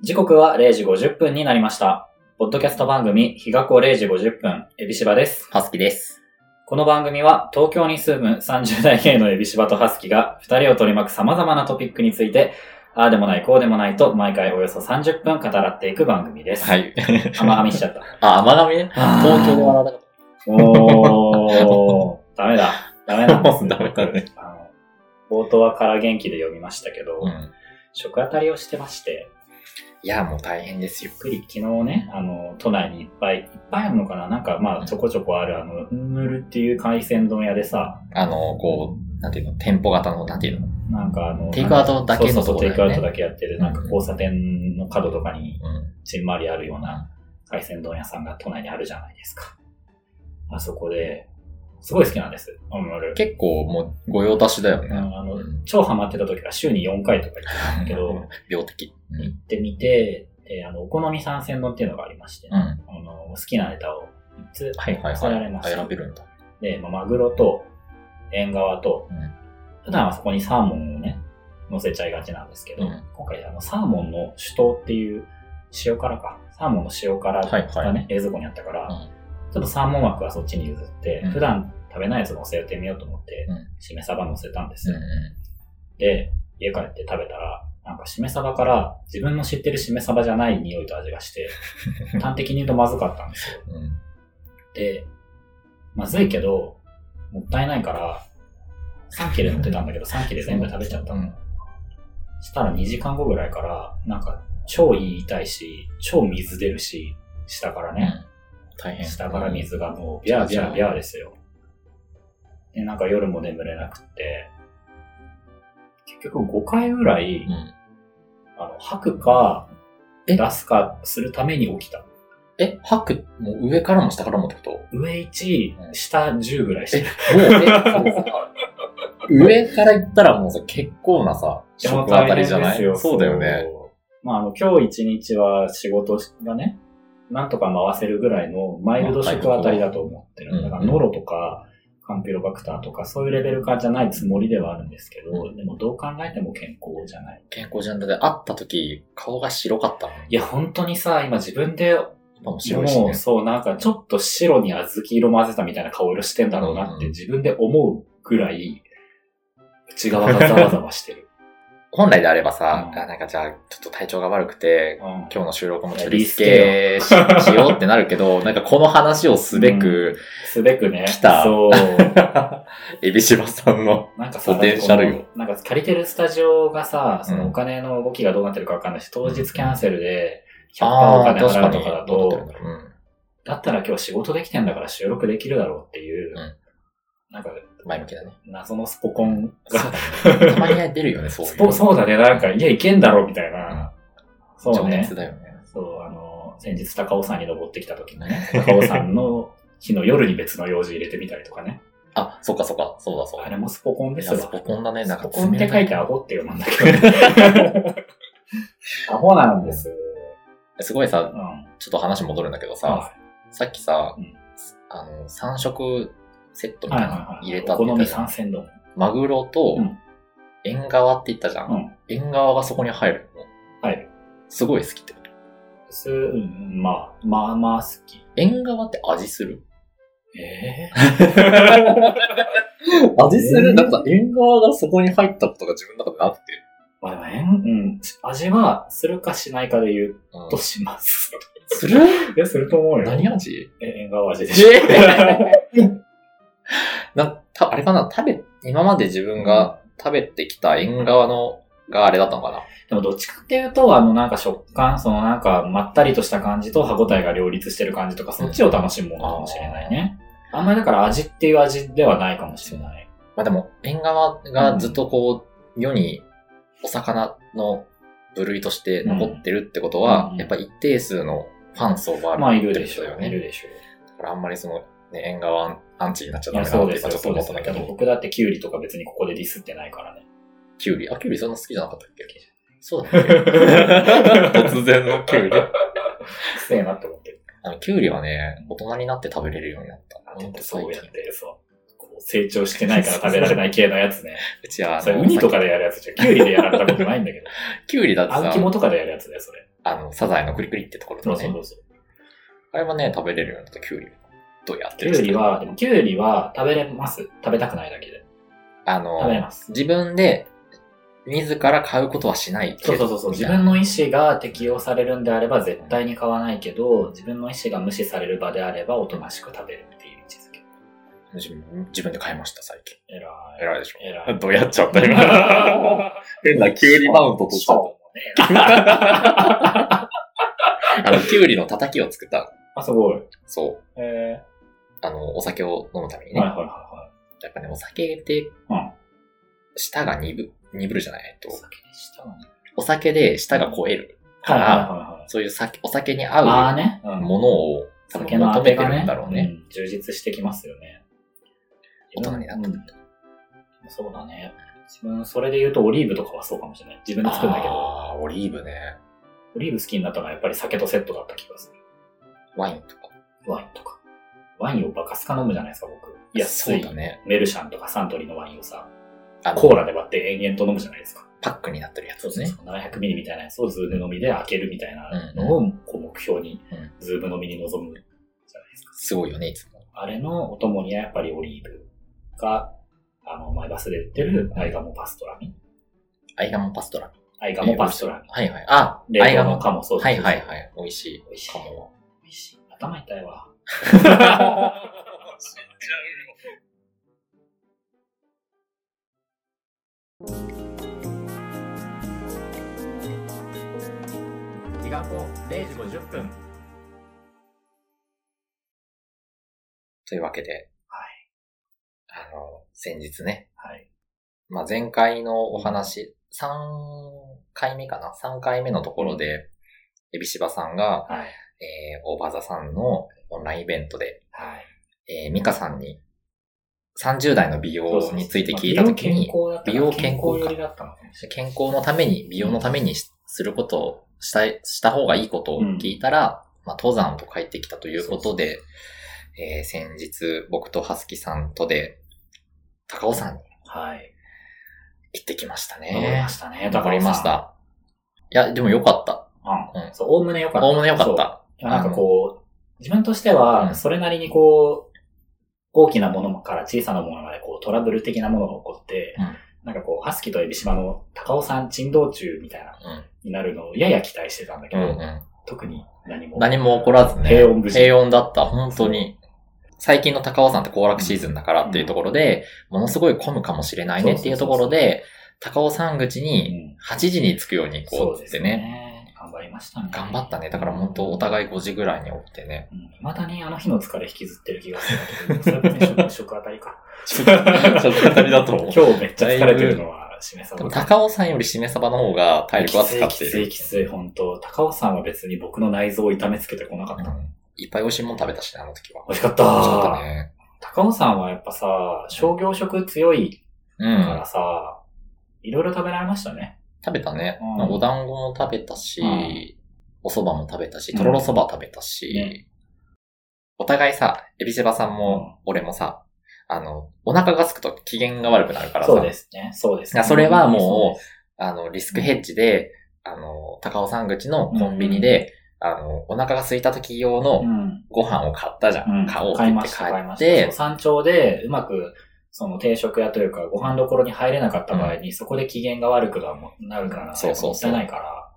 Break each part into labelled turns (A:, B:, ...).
A: 時刻は0時50分になりました。ポッドキャスト番組、日がこ0時50分、エビシバです。
B: はすきです。
A: この番組は、東京に住む30代芸のエビシバとハスキが、二人を取り巻く様々なトピックについて、ああでもない、こうでもないと、毎回およそ30分語らっていく番組です。
B: はい。
A: 甘噛みしちゃった。
B: あ、甘噛みね。東京で笑わなかっ
A: おー、ダメだ。ダメなんです。
B: ダメだね
A: あの。冒頭はから元気で読みましたけど、
B: た。うん。
A: 食当たりをしてまして、
B: いや、もう大変ですよ。
A: ゆっくり昨日ね、あの、都内にいっぱい、いっぱいあるのかななんか、まあ、ちょこちょこある、あの、ヌルっていう海鮮丼屋でさ、
B: あの、こう、なんていうの、店舗型の、なんていうの。
A: なんかあの、
B: テイクアウトだけの
A: そうそうそう、テイ
B: と
A: ク
B: こ
A: ア
B: ろだよね
A: ウトだけやってる、なんか交差点の角とかに、
B: うん。
A: ちんまりあるような海鮮丼屋さんが都内にあるじゃないですか。あそこで、すごい好きなんです、おヌル。
B: 結構、もう、御用達だよね。
A: うんあの
B: うん
A: 超ハマってた時は週に4回とか行ってたんだけど、行
B: 病的。うん。
A: ってみて、であの、お好み三鮮丼っていうのがありまして、
B: うん。
A: あの好きなネタを3つ
B: はいはい
A: 変えられま
B: は
A: し
B: い。
A: た。
B: 選べるんだ。
A: で、まあ、マグロと、縁側と、
B: うん
A: 普段はそこにサーモンをね、乗せちゃいがちなんですけど、
B: うん
A: 今回あの、サーモンの酒盗っていう、塩辛か。サーモンの塩辛がね、
B: はいはい
A: 冷蔵庫にあったから、
B: うん
A: ちょっとサーモン枠はそっちに譲って、
B: うん
A: 普段食べないやつ乗せてみようと思って、
B: うん
A: しめ鯖乗せたんです
B: う
A: よ。
B: んう
A: で、家帰って食べたら、なんかしめ鯖から自分の知ってるしめ鯖じゃない匂いと味が して、端的に言うとまずかったんですよ。
B: ん。うん。
A: で、まずいけど、もったいないから、3切れ乗ってたんだけ ど、3切れ全部食べちゃった
B: う
A: の。
B: ん。
A: したら2時間後ぐらいから、なんか超胃痛いし、超水出るし、下から
B: う
A: ね、
B: ん大変。
A: 下から水がもうビャービャービャーですよ。で、なんか夜も眠れなくって、結局5回ぐらい、
B: うん。
A: あの、吐くか、
B: え
A: 出すかするために起きた。
B: え、吐く、もう上からも下からもってこと
A: 上1、
B: うん
A: 下10ぐらいして
B: え、もう、 え、そうさ上から行ったらもうさ、結構なさ、食当たりじゃないそうだよね。。
A: まあ、あの、今日1日は仕事がね、なんとか回せるぐらいのマイルド食当たりだと思って
B: う
A: る。
B: ん
A: だから、ノロとか、カンピロバクターとか、そういうレベル感じゃないつもりではあるんですけど、でもどう考えても健康じゃない。
B: 健康ジャンルで会った時、顔が白かったもん。
A: いや、本当にさ、今自分で
B: 今も白いし
A: も
B: ね
A: う。そう、なんかちょっと白に小豆色混ぜたみたいな顔色してんだろうなっ
B: うんう
A: て
B: ん
A: 自分で思うぐらい、内側がざわざわして る。
B: 本来であればさ、
A: うん
B: あなんかじゃあ、ちょっと体調が悪くて、
A: うん
B: 今日の収録も取り付けししようってなるけ ど、なんかこの話をすべく、
A: すべくね。
B: 来た
A: そう。
B: エビシバさんの、
A: なんかさ、
B: ポテンシャルよ
A: なんか借りてるスタジオがさ、その
B: うん
A: お金の動きがどうなってるかわかんないし、当日キャンセルで100%お
B: ああー、
A: 金
B: 確か
A: 払う
B: に
A: とかだ
B: どうなって
A: と
B: るん、だろう。
A: だったら今日仕事できてんだから収録できるだろうっていう、
B: うん
A: なんか
B: うん。前 向きだね。
A: 謎のスポコン
B: そう
A: が、
B: だねたまに出るよね、そういう
A: スポそうだね、なんか家行けんだろみたいな。そう
B: 情
A: ね
B: 熱。だよね。
A: そう、あの、先日高尾山に登ってきた時のね、高尾山の日の夜に別の用事入れてみたりとかね。
B: あ、そっかそっか、そう だそう
A: あ
B: だ。
A: れもスポコンで
B: い
A: すよ。
B: やスポコンだね、
A: ス
B: なんか
A: ポコンって書いてアホって読むんだけど、 アホなんです。
B: すごいさ
A: う、ん。
B: ちょっと話戻るんだけどさ、
A: あ
B: さっきさ
A: うん、
B: あの、3色セットみ
A: は
B: た
A: い
B: い
A: は
B: ないの
A: はい。
B: 入れたっ
A: お
B: て
A: 好
B: 言っ
A: み
B: たじゃ
A: 三
B: ん
A: 鮮丼。
B: マグロと
A: うん、
B: 縁側って言ったじゃん。
A: うん
B: 縁側がそこに入るの。
A: 入る。
B: すごい好きってこと。
A: す、うん、まあ、まあまあ好き。
B: 縁側って味 する
A: え
B: 味
A: する
B: なんか縁側がそこに入ったことが自分の中でなくて。
A: まあ、でもうん。味はするかしないかで言う
B: うん
A: とします。
B: する
A: え、すると思うよ。
B: 何味
A: え、縁側味でしょ。
B: えな、た、あれかな食べ、今まで自分が食べてきた縁側の、があれだったのかな
A: でもどっちかっていうと、あのなんか食感、そのなんかまったりとした感じと歯応えが両立してる感じとか、そっちを楽しむものかもしれないね。あんまりだから味っていう味ではないかもしれない。
B: まあでも、縁側がずっとこう、世にお魚の部類として残ってるってことは、
A: うん
B: やっぱ一定数のファン層がある
A: まあいる
B: って
A: で
B: こ
A: し
B: と
A: ょ
B: だよ
A: う。い
B: ね。
A: るでしょう。
B: だからあんまりその、ね、縁側アンチになっちゃ
A: い
B: ダ
A: や、
B: メだな
A: そ
B: っ
A: うで
B: ていう
A: す
B: か
A: よ。
B: ちょっと
A: そう
B: 思
A: で
B: っ
A: す
B: た
A: よ
B: んだけ
A: だって
B: ど、
A: 僕だってキュウリとか別にここでディスってないからね。
B: キュウリ。あ、キュウリそんな好きじゃなかったっけ
A: 好きじ
B: そうだね。 突然の キュウ リ。
A: くせえなって思ってる。
B: あの、キュウリはね、大人になって食べれるようになった。
A: そうやって、そう。こう成長してないから食べられない系のやつね。
B: うち は、あ
A: それ
B: の、
A: ウニとか
B: さっ
A: でやるやつじゃん、キュウリでやられたことないんだ けど。
B: きキュウリだって
A: あん
B: さ、
A: 肝とかでやるやつだよ、それ。
B: あの、サザエのクリクリってところと
A: そう
B: か
A: そう
B: ね
A: そ。うそう。
B: あれはね、食べれるようになったキュウリ。どうやっ
A: キ
B: てる
A: ュ
B: んで
A: ウ
B: すか
A: リは、でもキュウリは食べれます。食べたくないだけで。
B: あ
A: 食べれ
B: の、
A: ます。
B: 自分で、自ら買うことはしないけ
A: そう
B: ど。
A: そうそうそう。
B: みた
A: 自
B: いな
A: 分の意思が適用されるんであれば絶対に買わないけど、自分の意思が無視される場であればおとなしく食べるっていう位置づけ。
B: 自分自分で買いました、最近。
A: えらい。
B: 偉いでしょ。
A: えらい。
B: どうやっちゃった 今。変なキュウリマウント取っちゃっ
A: そうね。
B: た。あの、キュウリのたたきを作った。
A: あ、すごい。
B: そう。
A: え
B: あの、お酒を飲むために
A: ー、
B: ね。
A: はいはいはいはい。
B: やっぱね、お酒って
A: うん、舌
B: 舌が鈍、鈍るじゃないえっと
A: お、酒でしたもんね。
B: お酒で舌が超えるか
A: はいはい
B: ら、
A: はいはい。
B: そういう酒、お酒に
A: ああ
B: 合う
A: ね。うん
B: ものを多分
A: 酒のあ
B: 求
A: て
B: めて
A: が
B: る
A: ね
B: んだろうね。
A: うん充実してきますよね。
B: 大人になった
A: うんそうだね。自分、それで言うとオリーブとかはそうかもしれない。自分で作るんだけど、
B: ああ、オリーブね。
A: オリーブ好きになったのはやっぱり酒とセットだった気がする。
B: ワインとか。
A: ワインとか。ワインをバカスカ飲むじゃないですか、僕。安
B: そう
A: い、
B: だね。
A: メルシャンとかサントリーのワインをさ、
B: あの
A: コーラで割って延々と飲むじゃないですか。
B: パックになってるやつ
A: そう
B: です
A: そう
B: ね。
A: そう。700ミリみたいなやつをズーム飲みで開けるみたいなのをこう目標に
B: うん、
A: ズーム飲みに臨むじゃないですか。
B: すごいよね、いつも。
A: あれのお供にはやっぱりオリーブが、あの、マイバスで売ってるアイガモパストラミ。
B: アイガモパストラ。
A: アイガモパストラミ。
B: はいはい。あ、アイ
A: 冷
B: ガ
A: 凍
B: モ
A: の
B: か
A: カ
B: も。
A: モ、そうそう
B: は
A: そう
B: いはいはい。美味し い。
A: 美味しい
B: カモ。
A: 美味しい。頭痛いわ。
B: 時間も0時50分。というわけで、
A: はい。
B: あの、先日ね、
A: はい。
B: まあ、前回のお話、3回目かな ?3 回目のところで、エビシバさんが、
A: はい。
B: えー、オーバーザさんのオンラインイベントで、
A: はい。
B: えー、ミカさんに、30代の美
A: そうそう
B: 容
A: そう
B: について聞いたときに、美
A: 美
B: 容
A: 容
B: 健
A: 健
B: 康
A: 康だったのかな健康寄
B: か
A: りだったのかもしれ
B: 健康のために、美容のためにしすることをしたい、した方がいいことを聞いたら、まあ、登山と帰ってきたということで、えー先日、僕とハスキさんとで、高尾山
A: な
B: に
A: い。はい。
B: 行ってきましたね。
A: 登りましたね。
B: 登りました。いや、でもよかった。
A: 高尾山。
B: う
A: うんん。そう、おおむね良かった。
B: おおむねよか
A: そ
B: っ
A: う
B: た。
A: いやなんかこう、自分としては、それなりにこう、大きなものから小さなものまでこうトラブル的なものが起こって、
B: うん
A: なんかこう、ハスキとエビシマの高尾山珍道中みたいな、になるのをやや期待してたんだけ
B: うん。
A: ど、
B: うんうん。
A: 特に何も。
B: 何も起こらずね。
A: 平穏無事
B: 平穏だった、本当に。最近の高尾山って行楽シーズンだからっていうところで、ものすごい混むかもしれないねっていうところで、高尾山口
A: う
B: に
A: ん、
B: 8時に着くように行こうっつってね。
A: ね。頑張りましたね。
B: 頑張ったね。だから本当お互い5時ぐらいに起きてね。
A: うん。未だにあの日の疲れ引きずってる気がするんだけど。それは別に 食食あたりか。
B: ちょっと当たりだと思う。
A: 今日めっちゃ疲れてるのは、しめさ
B: で
A: ぶ
B: も高尾山よりしめ鯖の方が体力は使っている。
A: きついきついきつい、本当高尾さんは別に僕の内臓を痛めつけてこなかった。
B: うんいっぱい美味しいもん食べたしね、あの時は。
A: 美味しかった
B: 美味しかったね。
A: 高尾さんはやっぱさ、商業食強いうから
B: ん。
A: さ、いろいろ食べられましたね。
B: 食べたね。
A: うん
B: まあお団子も食べたし、
A: うん
B: お蕎麦も食べたし、
A: うん
B: とろろ蕎麦食べたし、
A: ね
B: お互いさ、エビシバさんも、俺もさ、あの、お腹が空くと機嫌が悪くなるからさ、
A: そうですね。そうですね。
B: あそれはもう
A: そうです
B: あの、リスクヘッジで、あの、高尾山口のコンビニで、あの、お腹が空いた時用
A: う
B: の
A: ん。
B: ご飯を買ったじゃん。
A: うん
B: 買おうって
A: 買い
B: 言っ
A: ま
B: て
A: した、買いま
B: 買っ
A: した。そう
B: て、
A: 山頂でうまく、その定食屋というか、ご飯どころに入れなかった場合に、そこで機嫌が悪くななるから、
B: そうそうそう
A: もったいないから、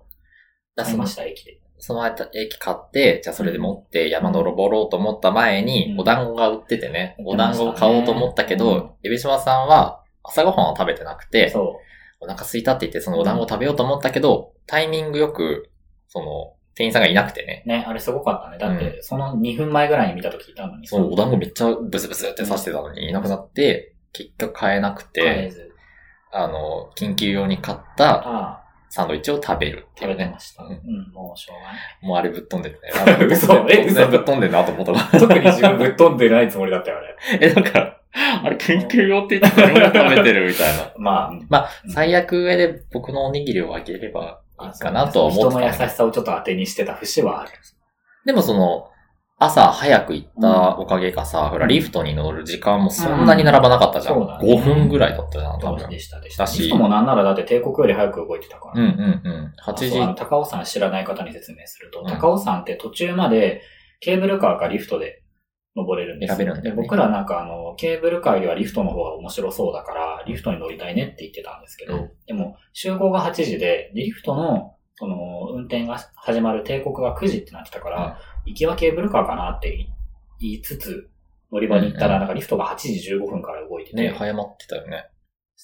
B: だ
A: 買い
B: その
A: ました、駅で。
B: その駅買って、じゃあそれで持って山登ろうと思った前に
A: う、ん
B: お団子が売っててね、
A: うん
B: お団子を買おうと思ったけど、エビシマさんは朝ごはんを食べてなくて、
A: そ
B: お腹空いたって言ってそのお団子を食べようと思ったけど、タイミングよく、その、店員さんがいなくてね、
A: う。ね、あれすごかったね。だって、その2分前ぐらいに見たときいたのに、
B: そのお団子めっちゃブスブスって刺してたのにいなくなって、結局買えなく
A: 買え
B: て、
A: ず
B: あの、緊急用に買った
A: ああ、
B: サンドイッチを食べるって
A: 食
B: い
A: べ
B: う
A: て
B: ね
A: ま。した。
B: う
A: うんん、もうしょうがない。
B: もうあれぶっ飛んでるね。
A: 嘘え
B: 突然
A: 嘘
B: ぶっ飛んでるなと思ったわ
A: 特に自分ぶっ飛んでないつもりだったよ、あれ。
B: え、なんか、あれ緊急用って言ってたのに食べてるみたいな。
A: まあ、
B: まあ、
A: うん
B: 最悪上で僕のおにぎりをあげればいいかなとは思ってた
A: 人の
B: んだけ
A: 優し
B: ど
A: さをちょっと当てにしてた節はある。
B: でもその、朝早く行ったおかげかさ、ほら、リフトに乗る時間もそんなに並ばなかったじゃん。
A: うんそうだね
B: 5分ぐらいだったじゃん、多分。
A: でしたでした。
B: だし
A: しかもなんならだって帝国より早く動いてたから。
B: うんうんうん。8時
A: そうあの高尾山知らない方に説明すると、
B: うん
A: 高尾山って途中までケーブルカーかリフトで登れるんですよ
B: 選べるんだよ
A: で
B: ね
A: 僕らなんかあの、ケーブルカーよりはリフトの方が面白そうだから、リフトに乗りたいねって言ってたんですけど、
B: うん
A: でも集合が8時で、リフトのその運転が始まる帝国が9時ってなってたから、行きはケーブルカーかなって言い言いつつ、乗り場に行った
B: うんう
A: ら、
B: ん
A: なんかリフトが8時15分から動いてて、
B: ね、早まってたよね。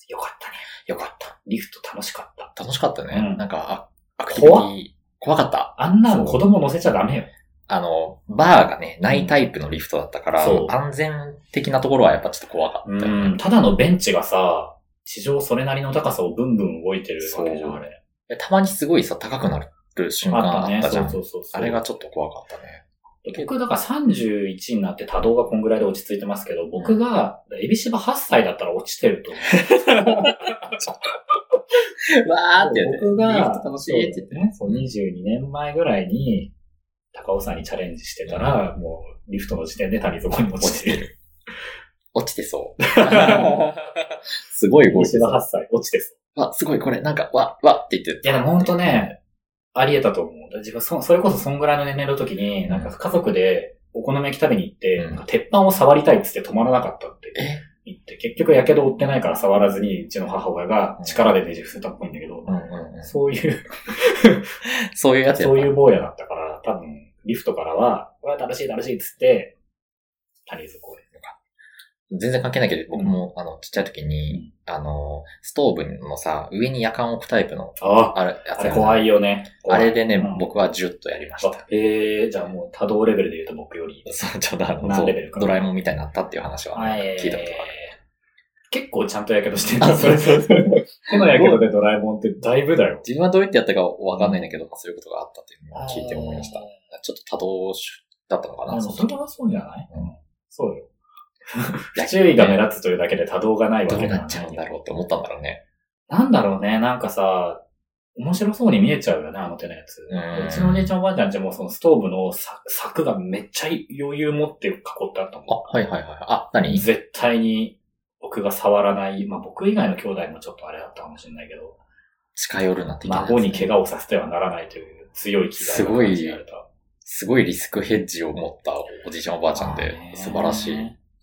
A: よかったね。よかった。リフト楽しかった。
B: 楽しかったね。
A: うん
B: なんか、あアクティビティ、怖かった。
A: あんなの子供乗せちゃダメよ。
B: あの、バーがね、ないタイプのリフトだったから、
A: そう
B: 安全的なところはやっぱちょっと怖かったよね。
A: ただのベンチがさ、地上それなりの高さをブンブン動いてるわけじゃん、
B: そう
A: あれ。
B: でたまにすごいさ、高くなる瞬間
A: あった
B: あ
A: ね
B: っ。たじ
A: そ
B: ゃ。
A: うんそうそうそう。
B: あれがちょっと怖かった ね。
A: 僕、だから31になって多動がこんぐらいで落ち着いてますけど、僕が、エビシバ8歳だったら落ちてると思う。
B: わーってやって。
A: 僕が、
B: リフト楽しいって言って。
A: ね、そう22年前ぐらいに、高尾山にチャレンジしてたら、もう、リフトの時点で谷底に落
B: 落
A: ち
B: ち
A: て
B: て
A: る。
B: る。落ちてそう。すごい
A: エ
B: 動い
A: ビ
B: て
A: シ
B: そう
A: バ8歳、落ちてそう。
B: わ、すごいこれ、なんか、わ、わって言って。
A: いや、でもほんとね、ありえたと思う。自分そ、それこそそんぐらいの年齢の時に、なんか家族でお好み焼き食べに行って、
B: う
A: なん
B: ん
A: か鉄板を触りたいっつって止まらなかったって
B: え
A: 言って、結局やけど負ってないから触らずに、うちの母親が
B: うん
A: 力でねじ伏せたっぽいんだけど、
B: うんうんうん。
A: そういう、
B: そういうやつやっ
A: そ
B: た
A: ういう坊やだったから、多分、リフトからは、うわ、楽しい楽しいっつって、谷津公園とか。
B: 全然関係ないけど、僕も、あの、ちっちゃい時に、あの、ストーブのさ、上に夜間置くタイプの、
A: ああ、
B: あれ、やつ
A: あれ怖
B: い。
A: いよね。
B: あれでね、
A: うん
B: 僕はジュッとやりました。
A: あえー、じゃあもう多動レベルで言うと僕より。
B: そう、ちょっとあの、
A: 何
B: そう
A: レベルか
B: ドラえもんみたいになったっていう話は
A: はい。
B: 聞いたことがある。
A: 結構ちゃんとやけどしてる。
B: あそうそうそう
A: このやけどでドラえもんってだいぶだよ。
B: 自分はどうやってやったかわかんないんだけど、そういうことがあったっていうのを聞いて思いました。ちょっと多動だったのか
A: あ
B: な、
A: の、
B: その
A: そ
B: 時
A: れはそうじゃない
B: うん
A: そう よ。不注意が目立つというだけで多動がないわけ
B: どう
A: では
B: ないっちゃうんだろうって思ったんだろうね。
A: なんだろうね、なんかさ、面白そうに見えちゃうよね、あの手のやつ。
B: うん
A: うちのおじいちゃんおばあちゃんちもそのストーブのさ柵がめっちゃ余裕持って囲ってあったもん。
B: あ、はいはいはい。あ、何
A: 絶対に僕が触らない。まあ僕以外の兄弟もちょっとあれだったかもしれないけど。
B: 近寄るなって
A: 孫に怪我をさせてはならないという強い気概を感じられた。
B: すごいリスクヘッジを持ったおじいちゃんおばあちゃんで
A: まあ、ね
B: 素晴らしい。。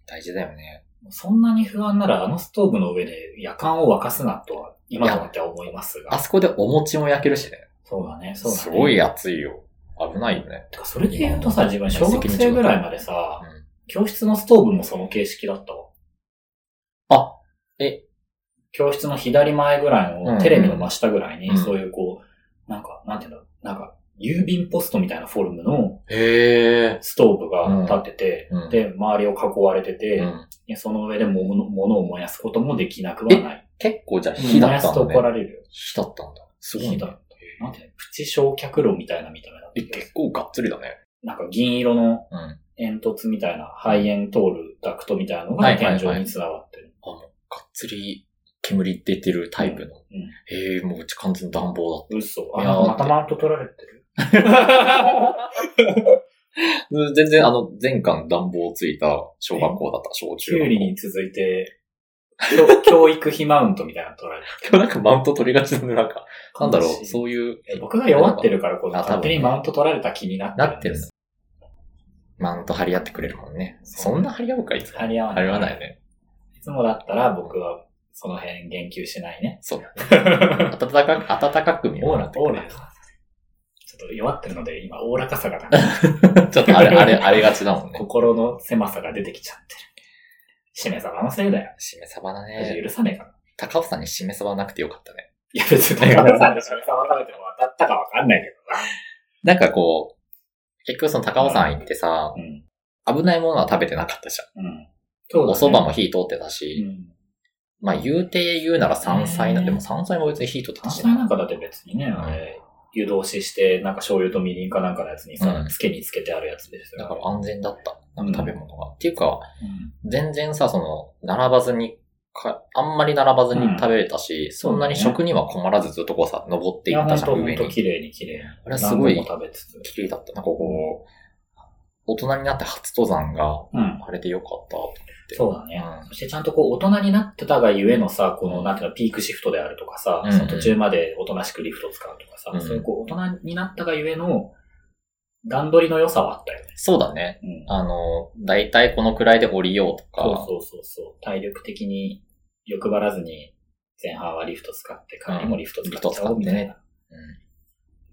B: 大事だよね。
A: そんなに不安ならあのストーブの上で夜間を沸かすなとは今となっては思います
B: あ
A: が。
B: そこでお餅も焼けるしね。
A: そうだね、そうだね。
B: すごい熱いよ。危ないよね。
A: てかそれで言うとさ、自分小学生ぐらいまでさ、
B: うん
A: 教室のストーブもその形式だったわ。
B: あ、え、
A: 教室の左前ぐらい
B: うん
A: の、テレビの真下ぐらいうに、
B: ん
A: そういうこう、なんか、なんていうんだろう、なんか、郵便ポストみたいなフォルムの
B: へえ。
A: ストーブが立ってて、
B: うん
A: で、周りを囲われてて、
B: うん
A: でその上でもの物を燃やすこともできなくはない。
B: 結構じゃあ火
A: 燃
B: だ
A: や
B: っ
A: す
B: た
A: と
B: ん
A: 怒
B: だ
A: ら
B: ね。
A: れるよ。
B: 火だったんだ。すごい
A: 火
B: ね
A: だ。なんて、プチ焼却炉みたいな見た目だっ
B: え、
A: た。
B: 結構がっつりだね。
A: なんか銀色の
B: うん。がっ
A: 煙突みたいな、肺炎通るダクトみたいなの
B: は
A: が
B: いはいは
A: 天
B: い
A: 井に繋がってる。
B: つり煙出てるタイプの。
A: うん
B: へえ、もううち完全に暖房
A: 嘘。あ、
B: いや
A: な
B: ー
A: んかまたマウント取られてる。
B: だ。うん全然あの、全館暖房ついた小学校だった、小
A: キュ
B: 中
A: ウ
B: 学
A: リ
B: 校。
A: に続いて、教 教育費マウントみたいなの取られてる。
B: 今日なんかマウント取りがちなんで、なんか、なんだろう、
A: う。
B: そういう、
A: 僕が弱ってるから、こう、
B: あ多分ね
A: 勝手にマウント取られた気になって
B: な
A: るん
B: っ
A: で
B: てるの
A: す。。
B: マウント張り合ってくれるもんね。
A: そう
B: そんな張り合うか、いつも。
A: 張り合わな
B: 張
A: い。
B: り合わないよね。
A: いつもだったら僕はその辺言及しないね。
B: そう。暖かく、暖かく見
A: オー
B: 守
A: ラ
B: っ、て
A: オ
B: く
A: ー
B: れ
A: ラ
B: る。。
A: ちょっと弱ってるので、今、おおらかさがなくて
B: ちょっとあれ、あれ、あれがちだ もんね。
A: 心の狭さが出てきちゃってる。しめ様のせいだよ。
B: しめ鯖だ
A: 私
B: ね。
A: 許さねえから。
B: 高尾さんにしめ鯖なくてよかったね。
A: いや、別に高田さんでしめ鯖食べても当たったかわかんないけ
B: なんかこう、結局その高尾さん行ってさ、
A: どな。うん。
B: 危ないものは食べてなかったじゃん。
A: うん。そう
B: お
A: だね
B: 蕎麦も火通ってた
A: う
B: し、
A: ん。
B: まあ言うて言うなら山菜な、
A: ね
B: でも山菜も別に火通ってた
A: 単
B: し。
A: 体なんかだって別にね、あれ、湯通しして、なんか醤油とみりんかなんかのやつに
B: う
A: さ
B: ん、
A: つけにつけてあるやつです
B: だ
A: よ。
B: から安全だった。なんか食べ物が。っていうか、
A: うん
B: 全然さ、その、並ばずにか、あんまり並ばずに食べれたし、そんなに食には困らずずっとこうさ、登って
A: い
B: い
A: や、
B: っ
A: ほ
B: た
A: ん
B: じゃん、
A: とほ
B: 上
A: んと
B: に。
A: 綺麗に綺麗に。
B: あれすごい
A: 何個も食べつつ。
B: 綺麗だった。なんかこ大人になって初登山が、
A: うん。
B: あれでよかったと思って。
A: そうだね。
B: うん
A: そしてちゃんとこう、大人になってたがゆえのさ、この、なんていうの、ピークシフトであるとかさ、
B: うん
A: その途中までおとなしくリフト使うとかさ、
B: うん
A: そういうこう、大人になったがゆえの、段取りの良さはあったよね。
B: そうだね。
A: うん。
B: あの、だいたいこのくらいで降りようとか、
A: そうそうそうそう。体力的に欲張らずに、前半はリフト使って、帰りもリフト使っちゃおうみたいな。
B: リフ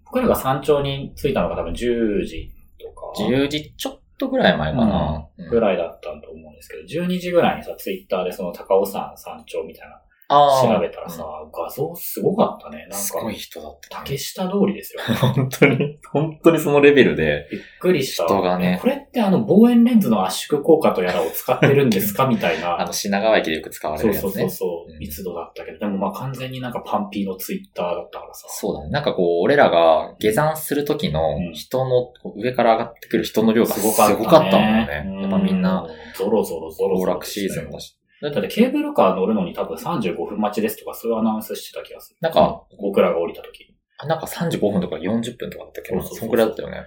A: 僕らが山頂に着いたのが多分10時とか。
B: うん、10時ちょっとぐらい前かな。うん
A: ぐらいだったと思うんですけど、12時ぐらいにさ、ツイッターでその高尾山山頂みたいな
B: あー
A: 調べたらさ、画像すごかったね。なん
B: すごい
A: か、
B: 人だった、
A: 竹下通り ですよ。
B: 本当に、本当にそのレベルで。
A: びっくりした。
B: 人がね
A: これってあの望遠レンズの圧縮効果とやらを使ってるんですかみたい
B: あ
A: な
B: の、。品川駅でよく使われ
A: そ
B: る
A: う
B: やつ
A: そ
B: ね。
A: う
B: そ
A: そううそう、
B: うん
A: 密度だったけど、でもまあ完全になんかパンピーのツイッターだったからさ。
B: だね。なんかこう、俺らが下山する時の
A: うん
B: 人の、こう上から上がってくる人の量がす
A: す
B: ご
A: ご
B: か
A: か
B: っ
A: ったた、
B: ん
A: ね。
B: だよね。やっぱみんな、
A: う、ゾロゾロゾロ
B: 行
A: ゾロ。
B: 楽シーズンだし。
A: だってケーブルカー乗るのに多分35分待ちですとかそういうアナウンスしてた気がする。
B: なんか、
A: 僕らが降りた時。
B: なんか35分とか40分とかだったっけど、
A: そうそうそう
B: そんくらいだったよね。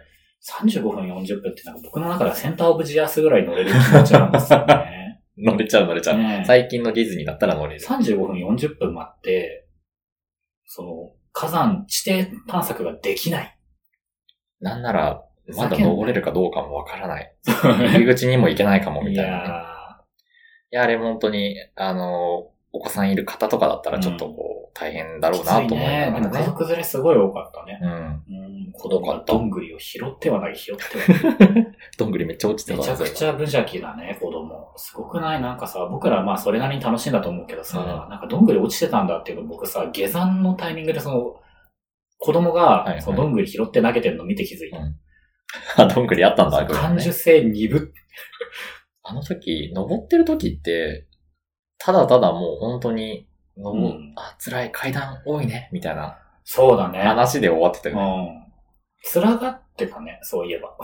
A: 35分40分ってなんか僕の中ではセンターオブジアスぐらい乗れる気持ちなんですよ ね。
B: 乗れちゃう乗れちゃう。
A: ねえ
B: 最近のディズニーだったら乗れる。
A: 35分40分待って、その、火山、地底探索ができない。
B: なんなら、まだ
A: ふざけんな
B: 登れるかどうかもわからない。入り口にも行けないかも、み
A: い
B: た
A: や
B: い
A: ー
B: なね。いや、あれ本当に、あの、お子さんいる方とかだったらちょっとこう、大変だろうなと思いな
A: ね。
B: が
A: でも家
B: らね。
A: 族連れすごい多かったね。
B: うん。
A: うん、子供がどんぐりを拾ってはない、拾っては ない。
B: どんぐりめっちゃ落ちて
A: め
B: た
A: ちゃくち
B: ゃ。
A: ゃ無邪気だね、子供。すごくないなんかさ、僕らまあそれなりに楽しんだと思うけどさ、
B: う
A: なんかどんぐり落ちてたんだっていうの僕さ、下山のタイミングでその、子供
B: いは
A: が
B: い
A: そのどんぐり拾って投げてるの見て気づいた。
B: あ、どんぐりあったんだ、これ
A: 感
B: ね
A: 受性鈍っ。
B: あの時、登ってる時って、ただただもう本当に、登
A: う
B: る
A: ん
B: あ、辛い階段多いね、みたいな
A: そうだね。
B: 話で終わってた
A: う
B: よね。
A: ん。辛がってたね、そういえば。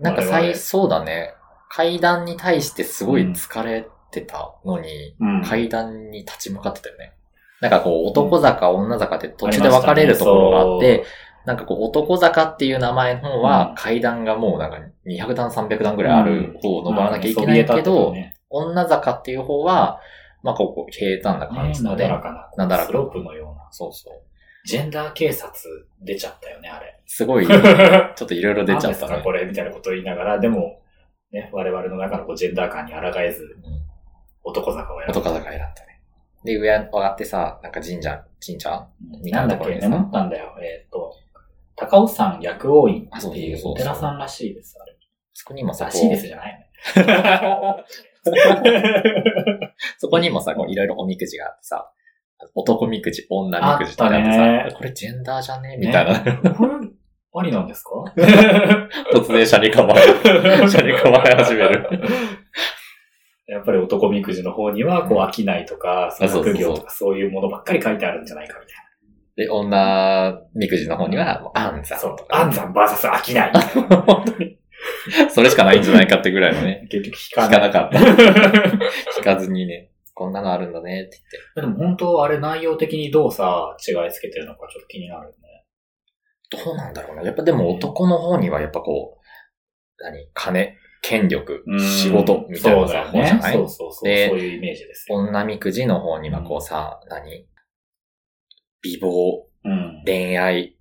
B: なんか
A: 我々
B: 最、そうだね。階段に対してすごい疲れてたのに、
A: うん。
B: 階段に立ち向かってたよね。なんかこう、男坂、女坂って途中で分かれるところがあって、なんかこう、男坂っていう名前の方
A: う
B: は
A: ん、
B: 階段がもうなんか200段、300段ぐらいある方を登らなきゃいけない
A: まあねそび
B: け
A: え立っ
B: ど
A: て、ね
B: 女坂っていう方は、まあこう、平坦な感
A: ね
B: じ
A: な
B: の
A: だ
B: で
A: ら、かな、
B: なだらか
A: スロープのような。
B: そうそう。
A: ジェンダー警察出ちゃったよね、あれ。
B: す ごい、ちょ
A: 出
B: っといろいろ出ちゃった
A: か
B: ね
A: こ。れみたいなことを言いながら、でも、ね、我々の中のこうジェンダー感に抗えず、
B: うん
A: 男坂をやる。
B: 男坂選んだね。で、上上がってさ、なんか神社、神社みた
A: ないんだ
B: なと
A: っ
B: ころ
A: け
B: に
A: ね、思
B: さ
A: っ、たんだよ。えっ、と、高尾山薬王院
B: あ
A: っ
B: そう
A: ていう
B: そうそう
A: お寺さんらしいです。あれ
B: そこにもさ、
A: ら
B: こ
A: しいです
B: う、
A: じゃない
B: そこにもさ、こういろいろおみくじがあってさ、男みくじ、女みくじって
A: あったね
B: あってさ、これジェンダーじゃねみたいな、
A: な。 これ、ありなんですか
B: 突然シャリ構 え、シャリ構え始める。
A: やっぱり男みくじの方には、こう、商いとか、
B: そうそうそう
A: 作業とか、そういうものばっかり書いてあるんじゃないかみたい
B: で、女みくじの方には、もう安
A: な。
B: 産
A: そ
B: と
A: う。
B: か、
A: 安産 VS 商いみたいな。
B: 本当に。それしかないんじゃないかってぐらいの ね、
A: 結局引
B: 聞
A: か
B: か
A: ない。
B: なかった。聞かずにね、こんなのあるんだねって言って。
A: でも本当、あれ内容的にどうさ、違いつけてるのかちょっと気になるね。
B: どうなんだろうな。やっぱでも男の方にはやっぱこう、何金、権力、仕事みたい
A: そ
B: な
A: うだ
B: さ、
A: よ
B: 方じゃ
A: ね。
B: ない
A: そうそうそう。そう
B: で
A: いうイメージですよ。
B: 女みくじの方にはこうさ、何美貌、
A: うん。
B: 恋愛、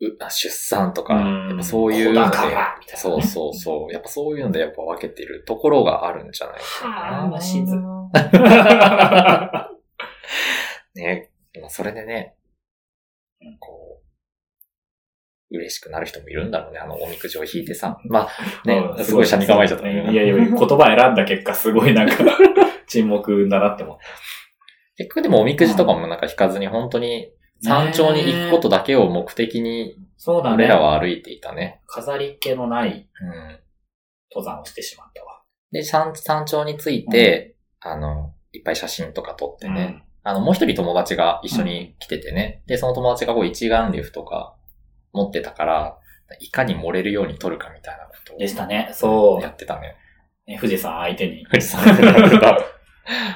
B: うあ出産とか、
A: うん
B: やっぱそういうの
A: 子だ
B: で
A: からみたいなね、
B: そうそうそう。やっぱそういうのでやっぱ分けてるところがあるんじゃないか
A: はあ
B: な。
A: まあシ ーズ
B: ね、まあそれでね、こう、嬉しくなる人もいるんだろうね。あの、おみくじを引いてさ。まあ、ね、
A: うん
B: すごい車に構えちゃった、
A: いやいや、言葉選んだ結果、すごいなん か、沈黙だなって思っ
B: 結局でもおみくじとかもなんか引かずに本当に
A: た。
B: 山頂に行くこと
A: だ。
B: だけを目的に、
A: そうだね。
B: 俺らは歩いていたね。
A: 飾り気のない
B: うん。
A: 登山をしてしまったわ。
B: で、山山頂について、あの、いっぱい写真とか撮ってね。あの、もう一人友達が一緒に来ててね。で、その友達がこう一眼レフとか持ってたから、いかに漏れるように撮るかみたいなこと
A: う
B: を。
A: ん。でしたね。そ
B: やってたね。
A: う。ね富士山相手に。
B: 富士山とかやってた。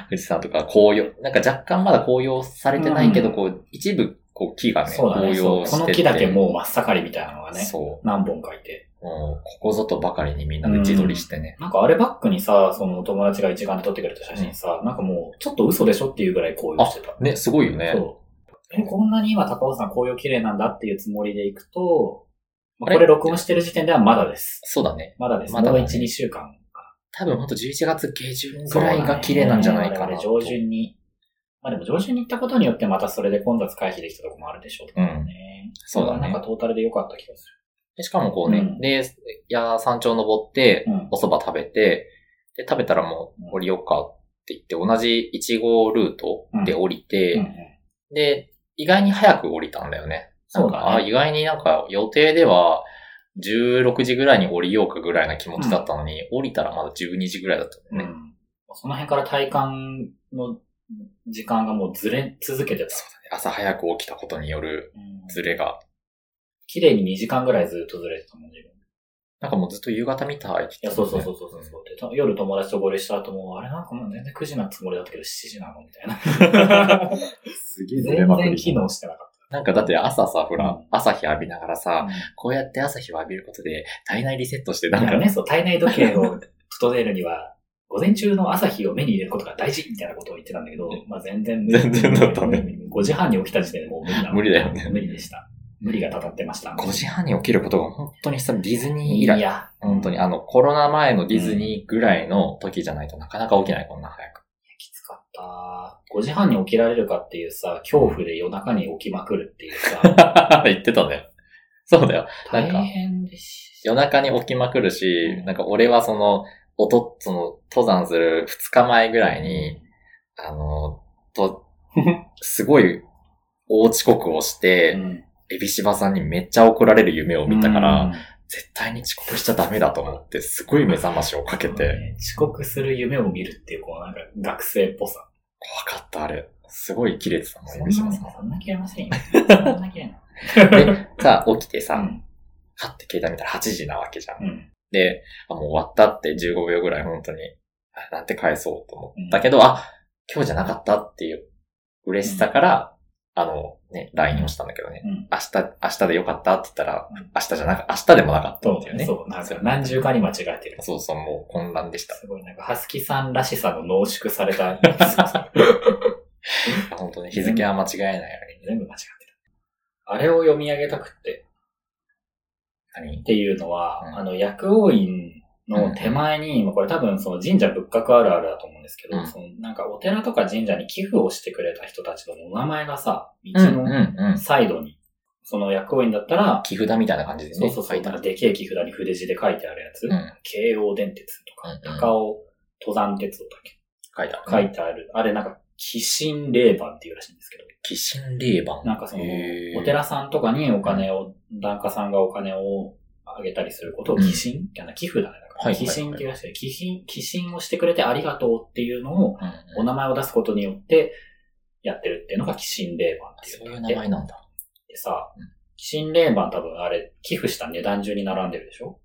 B: 富士山とか紅葉、なんか若干まだ紅葉されてないけど、
A: うん
B: こう、一部、こう木がね、
A: そうだね。
B: 紅
A: そ
B: 葉
A: う
B: して
A: この
B: て
A: 木だけもう真っ盛りみたいなのがね、
B: そう。
A: 何本かいて。
B: もう、ここぞとばかりにみんなで自撮りしてね。
A: なんかあれバックにさ、そのお友達が一眼で撮ってくれた写真さ、なんかもう、ちょっと嘘でしょっていうぐらい紅葉してた。
B: ね、すごいよね。
A: そう。え、こんなに今高尾山紅葉綺麗なんだっていうつもりでいくと、まあ
B: あれ
A: これ録音してる時点ではまだです。
B: そうだね。
A: まだです。
B: まだ
A: も
B: だ
A: う
B: ね
A: 1、2週間か
B: 多分ほんと11月下旬
A: な。
B: ぐらいが綺麗なんじゃないか
A: 我
B: な
A: 々
B: と。
A: 上旬に。まあでも上旬に行ったことによってまたそれで混雑回避できたとこもあるでしょうからね。
B: そうだね
A: なんかトータルで良かった気がす
B: でしかもこうね、
A: うん
B: で、いやー山頂登っ
A: る。
B: て、
A: うん
B: お。蕎麦食べて、で、食べたらもう降りようかって言って、同じ1号ルートで降りて、
A: うんうん
B: で、意外に早く降りたんだよね。なん
A: そう
B: か、
A: だ
B: あ
A: ね。
B: 意外になんか予定では16時ぐらいに降りようかぐらいな気持ちだったのに、降りたらまだ12時ぐらいだった
A: う
B: のね。
A: ん。その辺から体感の時間がもうずれ続けてた。
B: 朝早く起きたことによる
A: うん
B: ズレが、
A: 綺麗に2時間ぐらいずっとずれてたもん、自分。い
B: なんかもうずっと夕方みたいって
A: や、
B: 言って
A: そう
B: たもんね、
A: そうそうそうそうでと夜友達と合流した後も、あれなんかもう全然9時なつもりだったけど7時なのみたいな。
B: すげえ
A: 全然機能してなかっ
B: なんかだって朝さ、ほ
A: う
B: ら
A: ん、
B: 朝日浴びながら
A: た。
B: さ、こうやって朝日を浴びることで体内リセットして、
A: だ
B: なん
A: か
B: から
A: ね、そう、体内時計を整えるには、午前中の朝日を目に入れることが大事みたいなことを言ってたんだけど、まあ全然無理
B: 全然だったね。
A: 5時半に起きた時点でもう無理な
B: 無理だよね
A: 無理でした。無理がたたってました。
B: 5時半に起きることが本当にさ、ディズニー以
A: い
B: 来。
A: や、
B: 本当に、あの、コロナ前のディズニーぐらいの時じゃないとなかなか起きない、こんな早く。
A: きつかった。5時半に起きられるかっていうさ、恐怖で夜中に起きまくるっていう さ、
B: 言ってたね。そうだよ。なん
A: 大
B: か
A: 変でし
B: 夜中に起きまくるし、なんか俺はその、おと、その、登山する2日前ぐらいに、あの、と、すごい大遅刻をして、
A: うん
B: エビシバさんにめっちゃ怒られる夢を見たから、、絶対に遅刻しちゃダメだと思って、すごい目覚ましをかけ
A: うん
B: て、わ
A: 遅刻する夢を見るっていう、こうなんか学生っぽさ。
B: かった、あれ。すごい切れてたの、
A: そ
B: エ
A: ん
B: ビシ
A: な
B: バ
A: ね、
B: さん。
A: そんな切れま せんよ。そんな切れない。
B: で、さ、起きてさ、
A: うん
B: はって携帯見たら8時なわけじゃん。
A: うん
B: で、あ、もう終わったって15秒ぐらい本当に、あなんて返そうと思ったけど、あ、今日じゃなかったっていう嬉しさから、あのね、LINE をしたんだけどね、
A: うん
B: 明日、明日でよかったって言ったら、
A: うん
B: 明日じゃなか、明日でもなかった
A: そ
B: っていうう
A: ね。
B: ね。
A: そう、なんか何重かに間違えてる。
B: そうそう、もう混乱でした。
A: すごい、なんか、ハスキさんらしさの濃縮され た、
B: 本当に日付は間違えないように。
A: 全部間違ってる。あれを読み上げたくって、っ
B: 何
A: ていうのは、
B: うん
A: あの、薬王院の手前に、まあこれ多分その神社仏閣あるあるだと思うんですけど、
B: うん
A: そのなんかお寺とか神社に寄付をしてくれた人たちのお名前がさ、道
B: うん、うん、
A: の
B: うん。
A: サイドに、その薬王院だったら、
B: 木札みたいな感じで
A: そう
B: ね、
A: そう
B: 書
A: そう、
B: いた
A: なん
B: ら
A: か。でけえ木札に筆字で書いてあるやつ、
B: うん、
A: 京王電鉄とか、
B: うんうん
A: 高尾登山鉄道だっけ
B: 書いた。
A: 書いてある、あれなんか、寄進霊番っていうらしいんですけど、
B: 寄進霊番。
A: なんかその
B: へ、ー
A: お寺さんとかにお金を、檀家さんがお金をあげたりすることを寄進、いやな寄付だね。だか
B: は
A: ら
B: いはい
A: 寄進っていうらしい。寄進、寄進をしてくれてありがとうっていうのを、
B: うん
A: お名前を出すことによって、やってるっていうのが寄進霊番っていう。
B: そういう名前なんだ。
A: でさ
B: うん、
A: 寄進霊番多分あれ、寄付した値段順に並んでるでしょ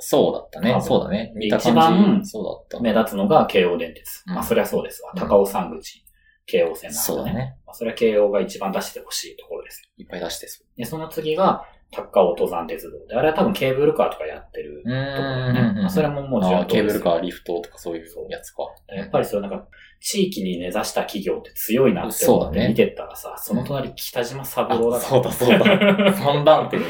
B: そうだった
A: 多
B: ね。
A: 分
B: そうだね。見た
A: 一
B: 感
A: 番
B: じ。そうだった。
A: 目立つのが京王電鉄。
B: うん
A: まあそりゃそうですわ。
B: うん
A: 高尾山口、京王線なん
B: そうだ
A: ね。
B: ね。
A: まあそれは京王が一番出してほしいところですよ
B: いっぱい出してそう。
A: で、その次が、高尾登山鉄道で、あれは多分ケーブルカーとかやってると
B: う
A: ころ
B: ん
A: だよね。まあそれももう
B: あ
A: 順
B: あ
A: 当
B: ケーブルカー、
A: で
B: リフトとかそういうやつか。
A: すよやっぱりそういうなんか、地域に根ざした企業って強いなって
B: そう
A: 思
B: だ
A: って
B: ね
A: 見てったらさ、その隣北島三郎だから。
B: あそうだそうだ。3 番手に。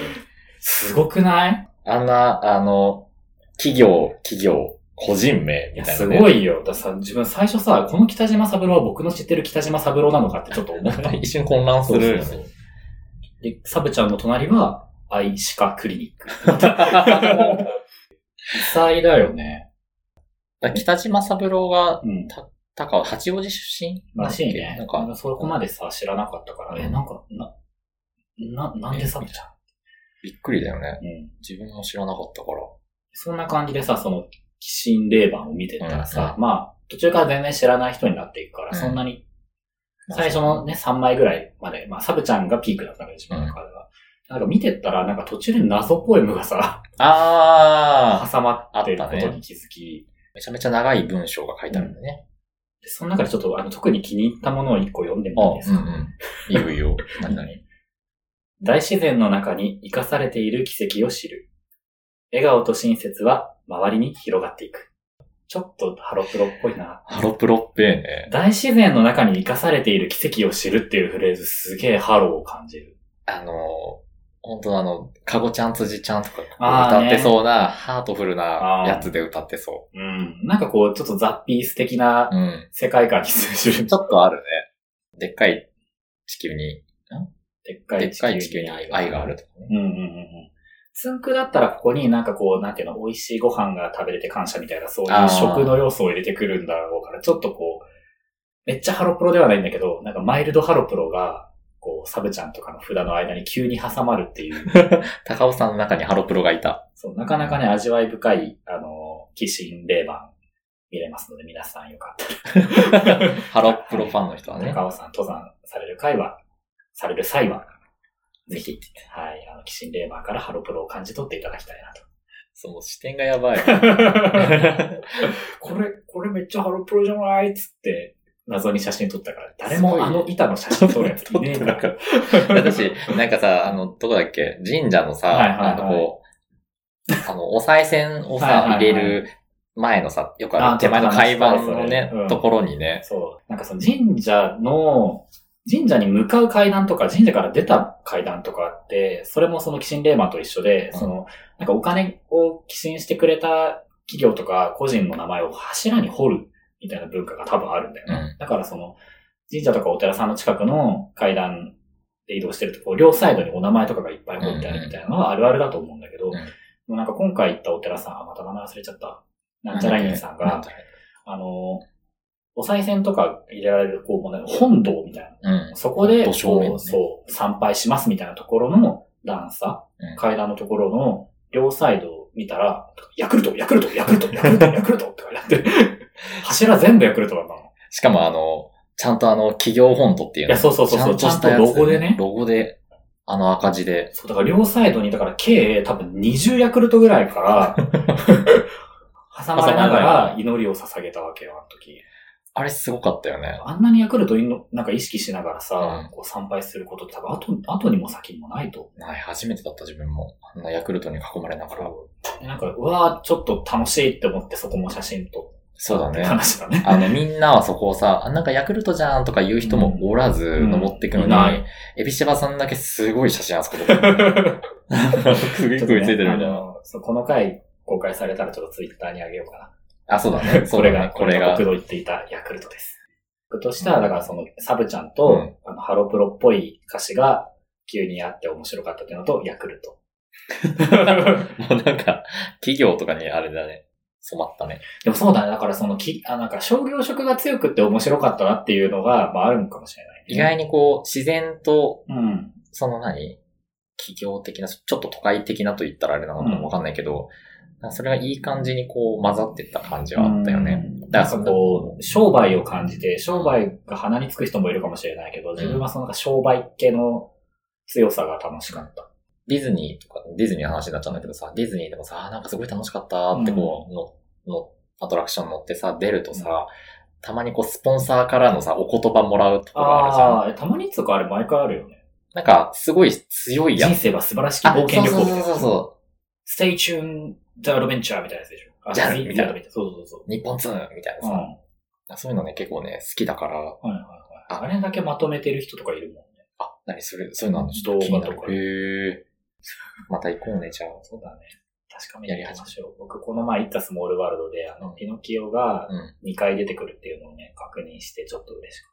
A: すごくない
B: あんな、あの、企業、企業、個人名
A: い
B: み
A: や、
B: たい
A: す
B: な、ね。
A: ごいよ。だからさ、自分最初さ、この北島三郎は僕の知ってる北島三郎なのかってちょっと思った。
B: 一瞬混乱するよね。
A: そう そうそうで、サブちゃんの隣は、愛歯科クリニック。異彩だよね。
B: だから北島三郎が、
A: うん。
B: 高尾、八王子出身
A: らしいね。
B: な
A: なんん
B: か
A: か、、そこまでさ、知らなかったから、
B: うん
A: え、なんか、な、な、なんでサブちゃ
B: びっくりだよ
A: ん
B: ね。
A: うん。
B: 自分も知らなかったから。
A: そんな感じでさ、その、寄進霊番を見てたらさ、まあ、途中から全然知らない人になっていくから、
B: うん
A: そんなに、最初のね、3枚ぐらいまで、まあ、サブちゃんがピークだったから、自分の中では。なんか見てったら、なんか途中で謎ポエムがさ、
B: ああ
A: 挟まってることに気づき、
B: めちゃめちゃ長い文章が書いてあるんだね。
A: でその中でちょっと、あの、特に気に入ったものを一個読んで
B: あ
A: もいいですか、
B: うんうん。いいよいいよ。 何々。
A: 大自然の中に生かされている奇跡を知る。笑顔と親切は周りに広がっていく。ちょっとハロプロっぽいな。
B: ハロプロっぺえね。
A: 大自然の中に生かされている奇跡を知るっていうフレーズすげえハローを感じる。
B: あの、本当あの、かごちゃん辻ちゃんとか歌ってそうな、ハートフルなやつで歌ってそ
A: うん。なんかこう、ちょっとザッピース的な
B: う。うん。
A: 世界観に通じる。
B: ちょっとあるね。でっかい地球に、
A: でっか
B: で
A: い
B: っかい地球に愛がある。とかね。
A: うんうんうんうん。つんくだったらここになんかこう、なんていうの、美味しいご飯が食べれて感謝みたいな、そうい
B: あー
A: う食の要素を入れてくるんだろうから、ちょっとこう、めっちゃハロプロではないんだけど、なんかマイルドハロプロが、こう、サブちゃんとかの札の間に急に挟まるって いう、
B: 高尾さんの中にハロプロがいた。
A: そうなかなかね、味わい深い、あの、鬼神霊番見れますので、皆さんよかったら。
B: ハロプロファンの人はね。
A: 高尾さん登山される会は、される際は、
B: ぜひ。
A: はい、あの、鬼神霊番からハロプロを感じ取っていただきたいなと。
B: その視点がやばい。
A: これ、これめっちゃハロプロじゃないっつって、謎に写真撮ったから、誰もあの板の写真撮るやついねえ
B: なん
A: か
B: か、 私、なんかさ、あの、どこだっけ神社のさ、
A: はいはいはい
B: あの、こう、あの、お賽銭をさ、
A: はいはいはい
B: 入れる前のさ、よくあ
A: あ
B: る手前の海板のね
A: ちょっと話したねそれう、ん
B: ところにね、
A: そう。なんかその神社の、神社に向かう階段とか、神社から出た階段とかあって、それもその寄進霊魔と一緒で、
B: うん
A: その、なんかお金を寄進してくれた企業とか個人の名前を柱に掘るみたいな文化が多分あるんだよね。
B: うん
A: だからその、神社とかお寺さんの近くの階段で移動してると、こう、両サイドにお名前とかがいっぱい彫ってあるみたいなのはあるあるだと思うんだけど、
B: ん
A: でもなんか今回行ったお寺さん、あ、また名前忘れちゃった。なんちゃら院さん
B: な
A: が
B: んち、ゃ
A: あの、お賽銭とか入れられる、こう、もうね本堂みたい
B: らうん
A: な。。そこで、
B: 土正面
A: こ
B: ね
A: うそう、参拝しますみたいなところの段差、
B: うん
A: 階段のところの両サイドを見たら、ヤクルト、ヤクルト、ヤクルト、ヤクルト、ヤクルトって書いてあ って、柱全部ヤクルトだったの。
B: しかもあの、ちゃんとあの、企業フォントっていう
A: いや、そうそうそうそう、ちゃんとロゴでね。
B: ロゴで、あの赤字で。
A: そう、だから両サイドに、だから計多分20ヤクルトぐらい から、挟まれながら祈りを捧げたわけよ、あの時。
B: あれすごかったよね。
A: あんなにヤクルトいんのなんか意識しながらさ、
B: うん
A: こう参拝することって多分後後にも先にもないと
B: ない、初めてだった自分も。あんなヤクルトに囲まれながら。
A: 思う。でなんか、うわーちょっと楽しいって思ってそこも写真撮っ
B: そうだ
A: て
B: ね。
A: 話だね。
B: あの、みんなはそこをさ、あなんかヤクルトじゃんとか言う人もおらず、
A: ん
B: 登ってくのに、
A: いない
B: エビシバさんだけすごい写真あそこで。
A: ちょっとねあ
B: 首首ついてるみたいな。
A: のそうこの回公開されたらちょっとツイッターにあげようかな。
B: あ、そうだ ね。そ
A: こ
B: うだ
A: れ
B: ね
A: が、
B: これが。
A: 国土行っていたヤクルトです。僕としたら、だからその、サブちゃんと、
B: うん
A: あのハロプロっぽい歌詞が急にあって面白かったっていうのと、ヤクル ト。
B: もうなんか、企業とかにあれだね。染まったね。
A: でもそうだね。だからそのき、あなんか商業色が強くって面白かったなっていうのが、まああるのかもしれない、ね。
B: 意外
A: に。
B: にこう、自然と、
A: うん。
B: その何企業的な、ちょっと都会的なと言ったらあれなのか
A: うん
B: もわかんないけど、なんかそれがいい感じにこう混ざってった感じはあったよね。
A: うん。
B: だ
A: だか
B: から
A: ら
B: そ
A: そ
B: の
A: こう、商売を感じて、商売が鼻につく人もいるかもしれないけど、自分はそのなんか商売系の強さが楽しかった。
B: ディズニーとか、ディズニーの話になっちゃうんだけどさ、ディズニーでもさ、あーなんかすごい楽しかったってこう、の、の、アトラクション乗ってさ、出るとさ、たまにこう、スポンサーからのさ、お言葉もらうところあるじゃん。
A: ああー、たまにっつうかあれ毎回あるよね。
B: なんか、すごい強いや
A: 人
B: つ。
A: 生は素晴らしき冒険旅行みたいな。
B: そうそうそうそ
A: ス t チューン the adventure みたいなやつでしょ。あ
B: じゃあ
A: Stay
B: みたいな。
A: tuned そうそうそう
B: 日本通みたいな
A: う。うん。
B: さ、
A: は
B: そういうのね、結構ね、好きだから、
A: いはいはい。あれだけまとめてる人とかいるもんね。
B: あ、何それ、そういうのあるのちょっと気
A: 動
B: に
A: 画
B: な
A: と
B: る
A: か。
B: へえ。また行こうね、じゃあ。
A: そうだね。確かめてみましょう。僕、この前行ったスモールワールドで、あ
B: う
A: の
B: ん、
A: ピノキオが
B: うん
A: 2回出てくるっていうのをね、確認してちょっと嬉しか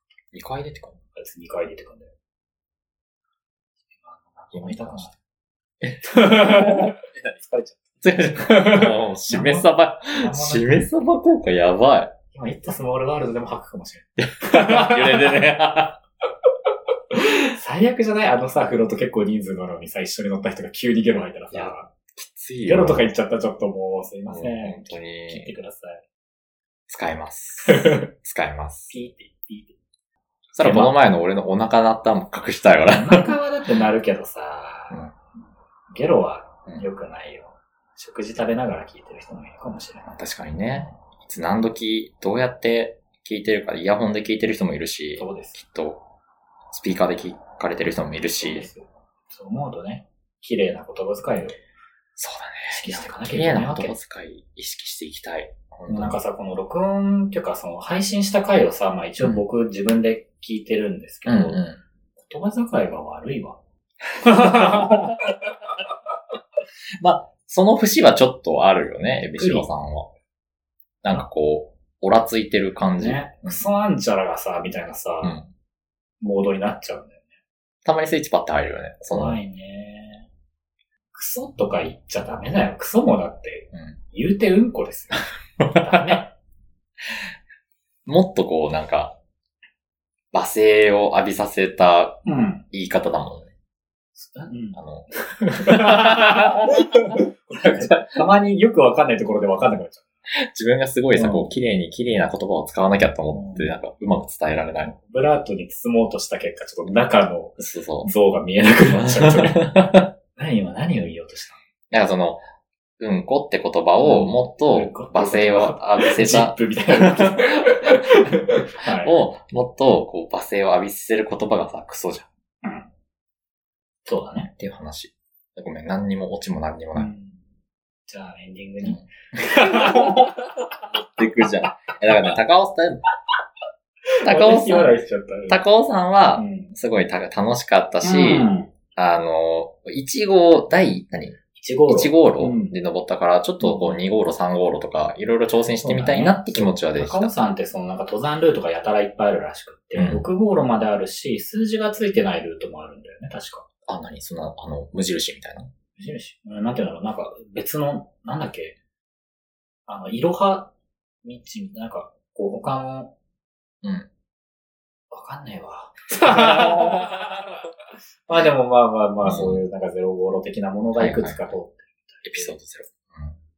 A: っ
B: 2回出 てくる
A: た。あいつ2回出てくるんだよ。今、見たかな 疲れち
B: もう、しめさば、
A: ゃった。
B: しめさば効果や ばい。
A: 今行ったスモールワールドでも吐くかもしれ
B: 揺れてね。
A: ない。最悪じゃないあのさ、フロート結構人数乗るのにさ、一緒に乗った人が急にゲロ吐いたら
B: いや
A: さ、
B: きつい
A: ゲ
B: よ。
A: ロとか言っちゃったらちょっともう、すいません。
B: うん本当
A: 切って
B: に、
A: ください。
B: 使え ます。使えます。
A: ピーって、ピーって。
B: そしたらこの前の俺のお腹鳴ったの隠したいから。
A: お腹はだってなるけどさ、ゲロは良くないよ。食事食べながら聞いてる人もいるかもしれない。
B: 確かにね。いつ何時、どうやって聞いてるか、イヤホンで聞いてる人もいるし、
A: そうです。
B: きっと、スピーカーで聞かれてる人もいる
A: そうで
B: し、
A: す。そう思うとね、綺麗な言葉遣いを
B: そうだね。
A: 意識していかなきゃ
B: 綺
A: いけ
B: 麗
A: な
B: ない
A: わ
B: 言
A: け
B: 葉遣い意識していきたい。本当に
A: なんかさ、この録音っていうか、その配信した回をさ、まあ一応僕自分で聞いてるんですけ
B: う
A: ど、
B: んうん。
A: 言葉遣いが悪いわ。
B: その節はちょっとあるよね、エビシロさんは。なんかこう、おらついてる感じ。
A: ね。クソアンチャラがさ、みたいなさ、
B: うん
A: モードになっちゃうんだよ。
B: たまにスイッチパッて入るよね。その、
A: 怖いね。クソとか言っちゃダメだよ。クソもだって、
B: うん
A: 言うてうんこですよ。ダ メ。
B: もっとこう、なんか、罵声を浴びさせた
A: うん。
B: 言い方だもんね。
A: うん
B: あの、
A: たまによくわかんないところでわかんなくなっちゃう。
B: 自分がすごいさ、
A: うん
B: こう、綺麗に綺麗な言葉を使わなきゃと思って、
A: うん
B: なんか、うまく伝えられない。
A: ブラートに包もうとした結果、ちょっと中の
B: そうそう。
A: 像が見えなくなっちゃうとね。
B: な
A: 何今何を言おうと したの
B: んかその、うんこって言葉をもっと
A: うんこ
B: 罵声を浴びせ
A: ジッ
B: た、
A: プみたいな。はい。
B: をもっとこう罵声を浴びせる言葉がさ、クソじゃん
A: そうだね。
B: っていう話。ごめん、何にもオチも何にもない。
A: じゃあ、エンディングに。
B: でくじゃん。え、だからね、高尾さん、高尾
A: 私
B: さん、
A: 笑いしちゃった。
B: 高尾さん
A: う
B: は、
A: ん。
B: すごいた楽しかったし、
A: うん、
B: あの、1号、第、何
A: 1号
B: ?1 号
A: う
B: 路
A: ん
B: で登ったから、ちょっとこう2号路、3号路とか、いろいろ挑戦してみたいなって気持ちはできた。
A: 高尾山ってそのなんか登山ルートがやたらいっぱいあるらしくって、
B: うん
A: 6号路まであるし、数字がついてないルートもあるんだよね、確か。
B: あ、何そんな、あの、無印みたいな。
A: 無印うんなんていうんだろう、なんか別の、なんだっけ、あの、いろは道、なんか、こう他の、
B: うん。
A: わかんねえ わ。まあでもまあまあまあ、そういうなんか0号路的なものがいくつか通って
B: エピソードゼロ。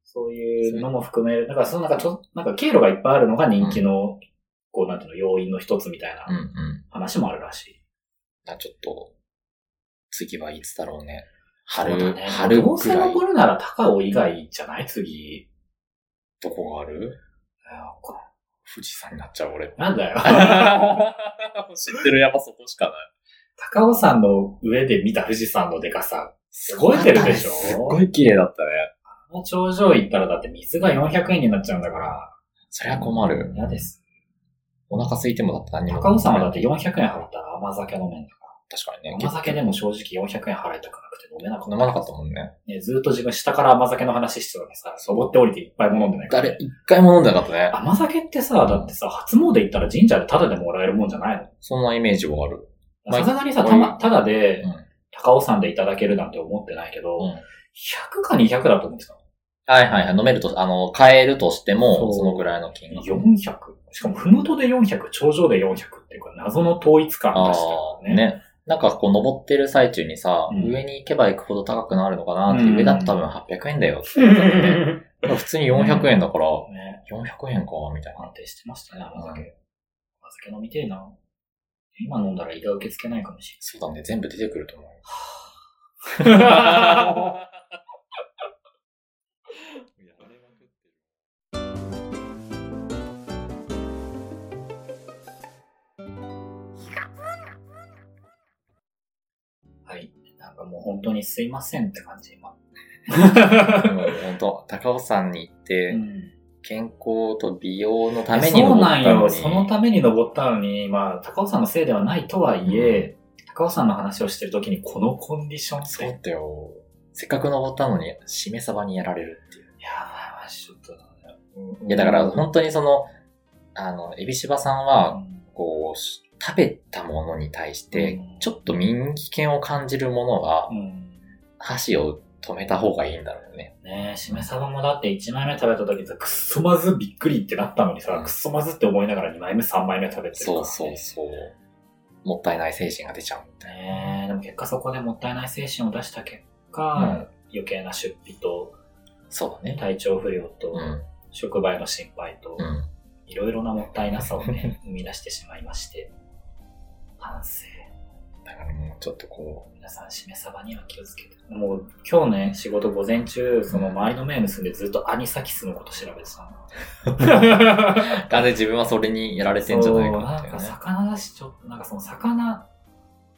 A: そういうのも含める。だから、そのなんかちょ、なんか経路がいっぱいあるのが人気の、こう、なんていうの、要因の一つみたい
B: うん
A: な
B: うん。
A: 話もあるらしい。
B: なちょっと、次はいつだろうね。
A: そうだ
B: 春、
A: ね
B: 春
A: どう
B: ぐ
A: せ
B: らい
A: 残。るなら高尾以外じゃない次。
B: どこがある
A: あわかんない
B: 富士山になっちゃう、俺。
A: なんだよ。
B: 知ってる山そこしかない。
A: 高尾山の上で見た富士山のデカさ。ごい出るでしょ
B: すっごい綺麗だったね。
A: あの頂上行ったらだって水が400円になっちゃうんだから。
B: そりゃ困る。
A: 嫌です。
B: お腹空いてもだったら何も。
A: 高尾山はだって400円払ったら甘酒飲めんだか
B: 確かに
A: ら。
B: ね。
A: 甘酒でも正直400円払いたくなくて飲めなかった。
B: 飲まなかったもんね。
A: ね、ずーっと自分下から甘酒の話してたのにさ、登って降りていっぱいも飲んでないからね、
B: 誰、一回も飲んでなかったね。
A: 甘酒ってさ、だってさ、初詣行ったら神社でタダでもらえるもんじゃない
B: そんなイメージはある。
A: の
B: まあ
A: さすがにさ、
B: うん
A: たま、タダで
B: うん、
A: 高尾山でいただけるなんて思ってないけど、
B: うん
A: 100か200だと思ってたの。
B: はいはいはい。飲めると、あの、買えるとして
A: そ
B: も、
A: う
B: そのぐらいの金額。
A: 400? しかも、ふもとで400、頂上で400っていうか、謎の統一感
B: あ
A: 出
B: あ
A: してた
B: ー、
A: よね。
B: ね。なんかこう、登ってる最中にさ、
A: うん
B: 上に行けば行くほど高くなるのかなって、
A: うん
B: 上だと多分800円だよ。
A: ね。
B: 普通に400円だから、
A: ね
B: 400円か、みたいな。
A: 安定してましたね、甘酒。甘酒飲みてえな。今飲んだら胃が受け付けないかもし
B: そうだね。全部出てくると思うよ。
A: れ ない。はい。なんかもう本当にすいませんって感じ、今。
B: でも本当高尾山に行って、
A: うん
B: 健康と美容のた
A: え
B: めに
A: そう
B: 登
A: なん
B: ったの
A: よ。
B: に。
A: そのために登ったのに、まあ、高尾さんのせいではないとはいえ、高尾さんの話をしてるときにこのコンディションって。
B: そうだったよ。せっかく登ったのに、しめ鯖にやられるっていう。
A: いやー、まあちょっと、
B: いや、だから
A: うん
B: 本当にその、あの、エビシバさんは、こう、し食べたものに対して
A: うん、
B: ちょっと民気権を感じるものは
A: う、ん。
B: 箸を止めた方がいいんだろうね。
A: ねえ、しめ鯖もだって1枚目食べた時さ、くっそまずびっくりってなったのにさ、
B: うん
A: くっそまずって思いながら2枚目3枚目食べてるから、
B: そ
A: ね。
B: うそうそう。もったいない精神が出ちゃうみたい
A: ねえ、でも結果そこでもったいない精神を出した結果、
B: な。うん。
A: 余計な出費と、
B: そうだね。
A: 体調不良と、
B: うん。
A: 触媒の心配と、
B: うん。
A: いろいろなもったいなさをね、 生み出してしまいまして、反省。
B: だからもうちょっとこ
A: 皆さん、しめ鯖には気をつけて。もう、今日ね、仕事午前中、その周りの目結んでずっとアニサキスのこと調べてた の。
B: う、完全に自分はそれにやられてんじゃないかなっ
A: そうない
B: て
A: んか
B: うね。
A: 魚だし、ちょっと、なんかその魚、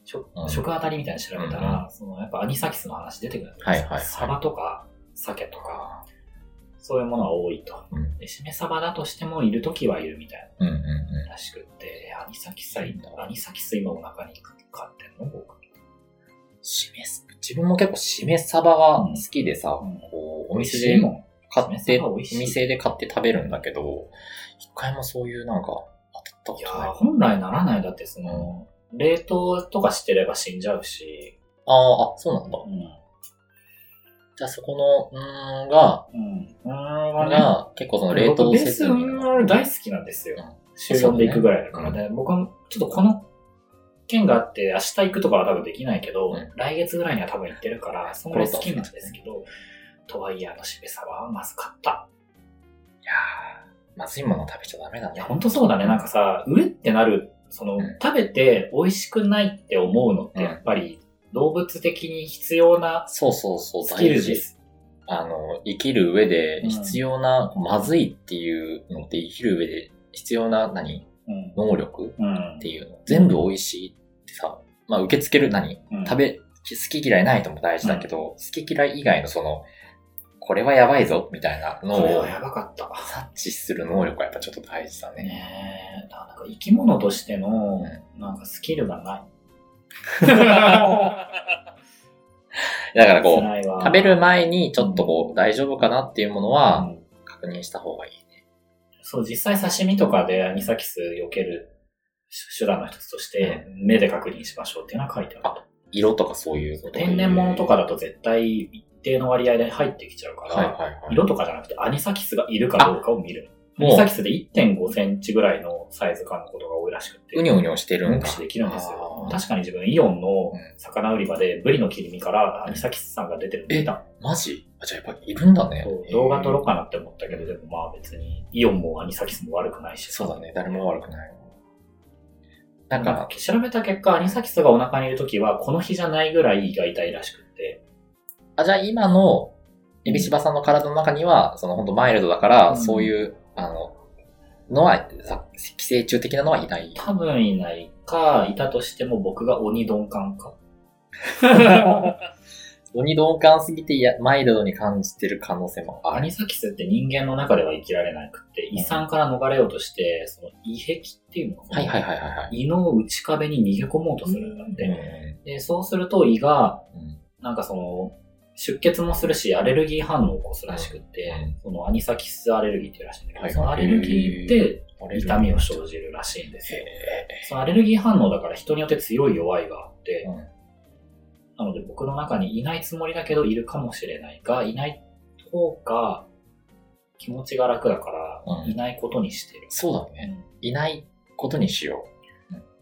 A: 食
B: うん
A: 食あたりみたいに調べたら、そのやっぱアニサキスの話出てくるんですよ
B: はいはいはい
A: サバとか、鮭とか、そういうものが多いと。
B: うん
A: で、しめ鯖だとしても、いるときはいるみたい
B: うんうんう
A: ならしくって、アニサキサイ、アニサキス今お腹にかってんの僕。
B: ん。しめす、自分も結構しめ鯖が好きでさ、
A: うん
B: こう、お
A: 美味
B: 店
A: し
B: で
A: いもん。
B: 買って、
A: お
B: お
A: 店
B: 店で買って食べるんだけど、一回もそういうなんか当
A: いや
B: たったことない。
A: ー、
B: あ
A: 本来ならない。だってその、冷凍とかしてれば死んじゃうし、
B: あー、あ、そうなんだ。
A: うん。
B: じゃあそこの、うーんが、
A: うん。うーん、はね、
B: が、結構その冷凍
A: 僕ベ
B: せ
A: ース
B: ずに。
A: は大好きなんですよ。週4で行くぐらいだからね。僕はちょっとこの件があって、明日行くとかは多分できないけど、
B: うん
A: 来月ぐらいには多分行ってるから、そんぐらい好きなんですけど、とはいえあのしめ鯖はまずかった。
B: いやーまずいもの食べちゃダメだ
A: い
B: ね
A: や、。ほんとそうだね。なんかさ、うえってなる、その、
B: うん
A: 食べて美味しくないって思うのって、やっぱり動物的に必要な
B: そうそうそう、
A: スキルで
B: 大事。
A: す。
B: あの、生きる上で
A: うん
B: 必要な、まずいっていうのって生きる上で必要な何
A: うん。
B: 能力
A: うん
B: っ。ていうの。全部美味しいってさ、まあ受け付ける何
A: うん
B: 食べ、好き嫌いないとも大事だけど、好き嫌い以外のその、これはやばいぞみたいなの
A: これ
B: を
A: はやばかった。
B: 察知する能力はやっぱちょっと大事だね。
A: ねえ、だからなんか生き物としての、なんかスキルが ない。
B: だからこう、
A: 辛いわ
B: 食べる前にちょっとこう、大丈夫かなっていうもの
A: う
B: は
A: ん
B: 確認した方がいいね。
A: そう、実際刺身とかでアニサキス避ける手段の一つとして、目で確認しましょうっていうのは書いてある。
B: 色とかそういうこと
A: 天然物とかだと絶対一定の割合で入ってきちゃうから、
B: はいはいはい。
A: 色とかじゃなくてアニサキスがいるかどうかを見る。ア
B: もう
A: ニサキスで1.5センチぐらいのサイズ感のことが多いらしくて。
B: うにょうにょしてるん
A: 目
B: だ。
A: 視できるんですよ
B: あ。ー
A: 確かに自分、イオンの
B: うん
A: 魚売り場で、ブリの切り身からアニサキスさんが出てるの見た。
B: マジあ、じゃあやっぱいるんだね
A: そう。
B: へー
A: 動画撮ろうかなって思ったけど、でもまあ別に、イオンもアニサキスも悪くないし。
B: そうだね。誰も悪くない。
A: な
B: な
A: んん
B: か
A: か、、調べた結果、アニサキスがお腹にいるときは、この日じゃないぐらい胃が痛いらしくって。
B: あ、じゃあ今の、エビシバさんの体の中には、その本当マイルドだから、
A: うん
B: そういう、あの、のは、さ寄生虫的なのはいない。
A: 多分いないか、いたとしても僕が鬼鈍感か。
B: 鬼鈍感すぎていや、マイルドに感じてる可能性もあ
A: ア
B: る。
A: ニサキスって人間の中では生きられなくって、
B: ん
A: 胃酸から逃れようとして、その胃壁っていうのかな
B: はいはいはいはいはい。
A: 胃の内壁に逃げ込もうとするんだって。
B: う
A: で、そうすると胃が、
B: んうん
A: なんかその、出血もするし、アレルギー反応を起こすらしくって、そのアニサキスアレルギーっていうらしいんだけど、
B: はいはい
A: そのアレルギーで痛みを生じるらしいんですよ。そのアレルギー反応だから人によって強い弱いがあって、
B: うん
A: なので僕の中にいないつもりだけどいるかもしれないが、いない方が気持ちが楽だから、
B: うん
A: いないことにしてる。
B: そうだね。いないことにしよ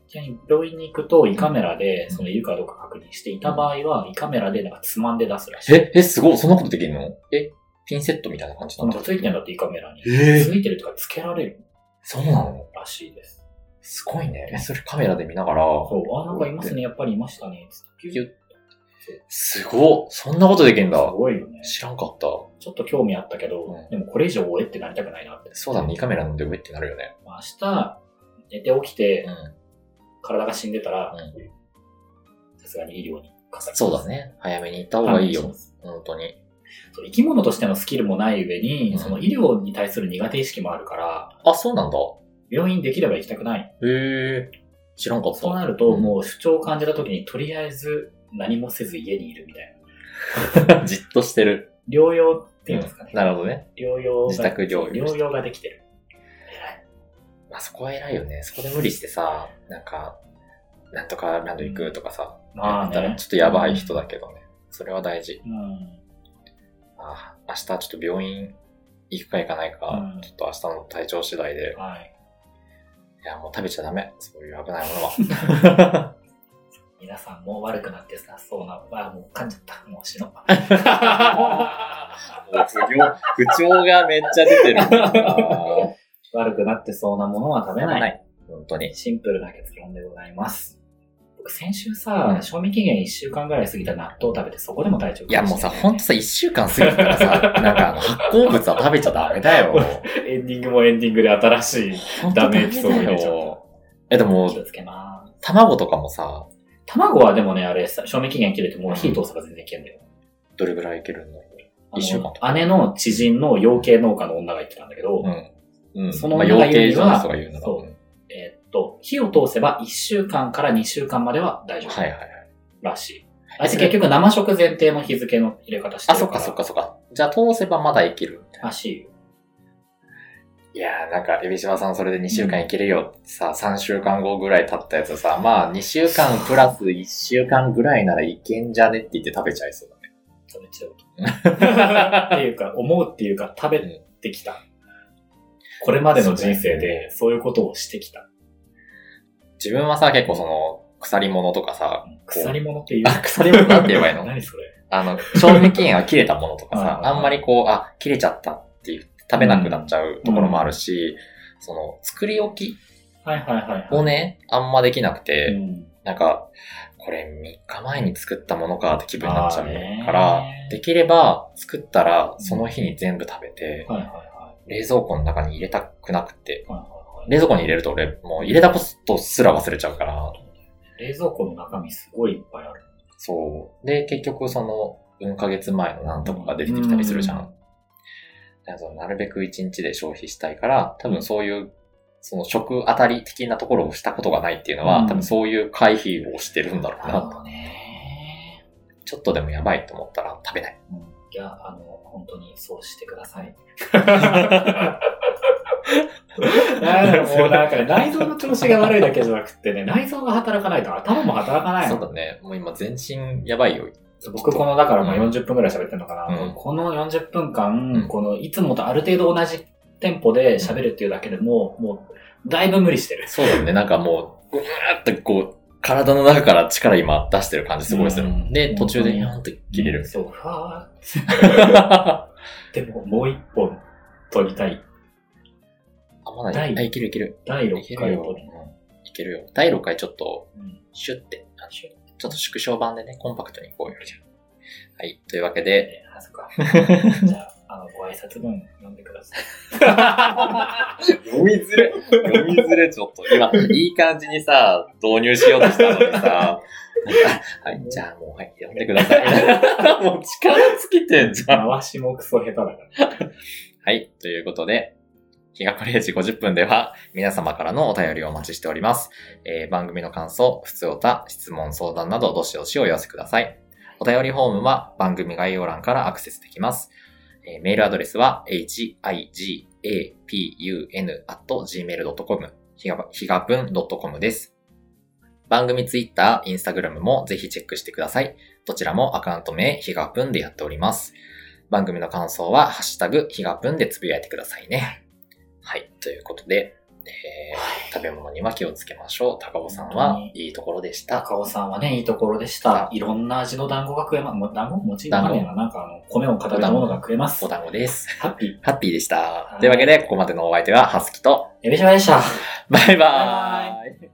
A: ちなみに病院に行くと胃カメラでそのいるかどうか確認して、いた場合は胃カメラでなんかつまんで出すらし
B: う。
A: い。
B: え、え、すごい。そんなことできるのえ、ピンセットみたいな感じな
A: なんん
B: だ
A: か。ついてんだって胃カメラに。
B: え
A: ついてるとかつけられる
B: そうなの
A: らしいです。
B: すごいね。えそれカメラで見ながら。
A: そう、あ、なんかいますね、やっぱりいましたね。つって
B: ピュッすごっそんなことできるんだ
A: す。ごいよね。
B: 知らんかった。
A: ちょっと興味あったけど、
B: うん
A: でもこれ以上追えってなりたくないなって。
B: そうだね。胃カメラので上ってなるよね。
A: まあ明日、寝て起きて、
B: ん。
A: 体が死んでたら
B: う、
A: さすがに医療にかかります
B: そうだ。ね。早めに行った方がいい
A: 判断し
B: よ
A: ま。す
B: 本当に。
A: そう生き物としてのスキルもない上に、
B: うん
A: その医療に対する苦手意識もあるから、
B: あ、そうなんだ。
A: 病院できれば行きたくない。
B: へえ。知らんかっ た。
A: そうなると、
B: うん
A: もう主張を感じた時に、とりあえず何もせず家にいるみたいな。
B: じっとしてる。
A: 療養っていうんですかね。
B: なるほどね。
A: 療養が
B: 自宅療養
A: 療養ができてる。
B: まあそこは偉いよね。そこで無理してさ、なんか、なんとかランド行くとかさ、
A: まあ
B: やったら
A: ね
B: ちょ。っとやばい人だけどね。それは大事。
A: うん。
B: あ明日ちょっと病院行くか行かないか、
A: うん
B: ちょっと明日の体調次第で、
A: はい。
B: いや、もう食べちゃダメ。そういう危ないもの は。
A: 皆さんもう悪くなってさ、そうな、まあもう噛んじゃった。もう 死のう。
B: もう不良不調がめっちゃ出 てる。あ
A: 悪くなってそうなものは食べ
B: ー
A: ない。
B: ない。本当に。
A: シンプルな結論でございます。僕先週さ、
B: うん
A: 賞味期限1週間ぐらい過ぎた納豆を食べてそこでも体調
B: いや、もうさ、ほんと
A: さ、
B: さ、一週間過ぎて からさ、なんかあの発酵物は食べちゃダメだよ。
A: エンディングもエンディングで新しい。
B: ほんと
A: ダメエピソード入れちゃった
B: よ。え、で
A: 気
B: も、
A: をつけます。
B: 卵とかもさ、
A: 卵はでもね、あれ、さ賞味期限切れてもう火通せば全然いけんだよ。
B: どれぐらいいけるの
A: あの
B: 一週間と
A: 姉の知人の養鶏農家の女が言ってたんだけど、
B: うん。うん。
A: その
B: まあ、
A: 女
B: 養
A: が言う
B: 鶏
A: には
B: 場の人が言うのが。
A: そうんえーっと、火を通せば1週間から2週間までは大丈
B: はい
A: 夫
B: はいはい。
A: らしい。あいつ結局生食前提の日付の入れ方して
B: あ、
A: るか
B: そ
A: ら。
B: っかそっかそっか。じゃあ通せばまだいけるみたいな。
A: らしいよ。
B: いやーなんか、エビシバさんそれで2週間いけるよってさ、3週間後ぐらい経ったやつさ、まあ2週間プラス1週間ぐらいならいけんじゃねって言って食べちゃいそうだね。
A: 食べちゃうと。っていうか、思うっていうか、食べてきた。これまでの人生で、そういうことをしてきた。
B: 自分はさ、結構その、腐り物とか さ、
A: 腐り物っていう。
B: あ腐り物なんて言えばいいの
A: 何それ。
B: あの、賞味期限が切れたものとか
A: はいはい
B: さ、
A: はい
B: あんまりこう、あ、切れちゃったっていう、食べなくなっちゃうところもあるし、その、作り置き
A: はいはいはい、はい。
B: をね、あんまできなくて、
A: うん
B: なんか、これ3日前に作ったものかって気分になっちゃ
A: あーね
B: うから、できれば作ったらその日に全部食べて、
A: はいはいは
B: 冷蔵庫の中に入れたくなくて、
A: い。はいはいはい
B: 冷蔵庫に入れると俺もう入れたことすら忘れちゃうから、
A: 冷蔵庫の中身すごいいっぱいある。
B: そう。で、結局その、4ヶ月前のなんとかが出てきたりするじゃん。
A: うん
B: だからそのなるべく1日で消費したいから、多分そういう、その食当たり的なところをしたことがないっていうのは、
A: うん
B: 多分そういう回避をしてるんだろう
A: なる
B: な。
A: ほどね。
B: ちょっとでもやばいと思ったら食べない。
A: うんいや、あの、本当にそうしてくださ い。なんかもうなんかね内臓の調子が悪いだけじゃなくってね、内臓が働かないと頭も働かない
B: そう
A: の。
B: だね。もう今全身やばいよ。
A: 僕この、だからまあ
B: うん
A: 40分くらい喋ってんのかな。
B: うん
A: この40分
B: う
A: 間、
B: ん
A: このいつもとある程度同じテンポで喋るっていうだけでもう、もう、だいぶ無理してる。
B: そうだね。なんかもう、ぐーってこう、体の中から力今出してる感じすごいする。
A: うん
B: で、途中で
A: うん
B: ニャンって切れ る。
A: そう、ふわーって。でも、もう一本取りたい。
B: あ、まだいい。あ、いけるいける。
A: 第
B: いけ
A: 6
B: る
A: 回を
B: よ
A: 取り。
B: いけるよ。第6回ちょっと、
A: うん
B: シュッて、あのちょっと縮小版でね、コンパクトにいこうよ、じゃあはい。というわけで、
A: ねあそっか。 じゃあ、あの、ご挨拶文読んでください。
B: 読みずれ、読みずれ、ちょっと。 今、いい感じにさ、導入しようとしたのにさ、 はい、じゃあもう、はい、読んでくださ い。 もう力尽きてんじゃん。
A: 回しもクソ下手だから。
B: はい。ということで、日が暮れ時50分では皆様からのお便りをお待ちしております。えー番組の感想、普通おた、質問、相談などどしどしお寄せください。お便りフォームは番組概要欄からアクセスできます。えーメールアドレスは higapun.gmail.com ひがひがぷん .com です。番組ツイッター、インスタグラムもぜひチェックしてください。どちらもアカウント名、ひがぷんでやっております。番組の感想は、ハッシュタグ、ひがぷんでつぶやいてくださいね。はい。ということで、えー食べ物には気をつけましょう。高尾さんは
A: 本当に、
B: いいところでした。
A: 高尾さんはね、いいところでした。いろんな味の団子が食えます。団子餅
B: 団子
A: なんやな。なんかあの、米を固めたものが食えます
B: お。団子です。
A: ハッピー。
B: ハッピーでした。
A: い
B: というわけで、ここまでのお相手は、ハスキと、
A: エビシバでした。
B: バイバ
A: バ
B: ーイ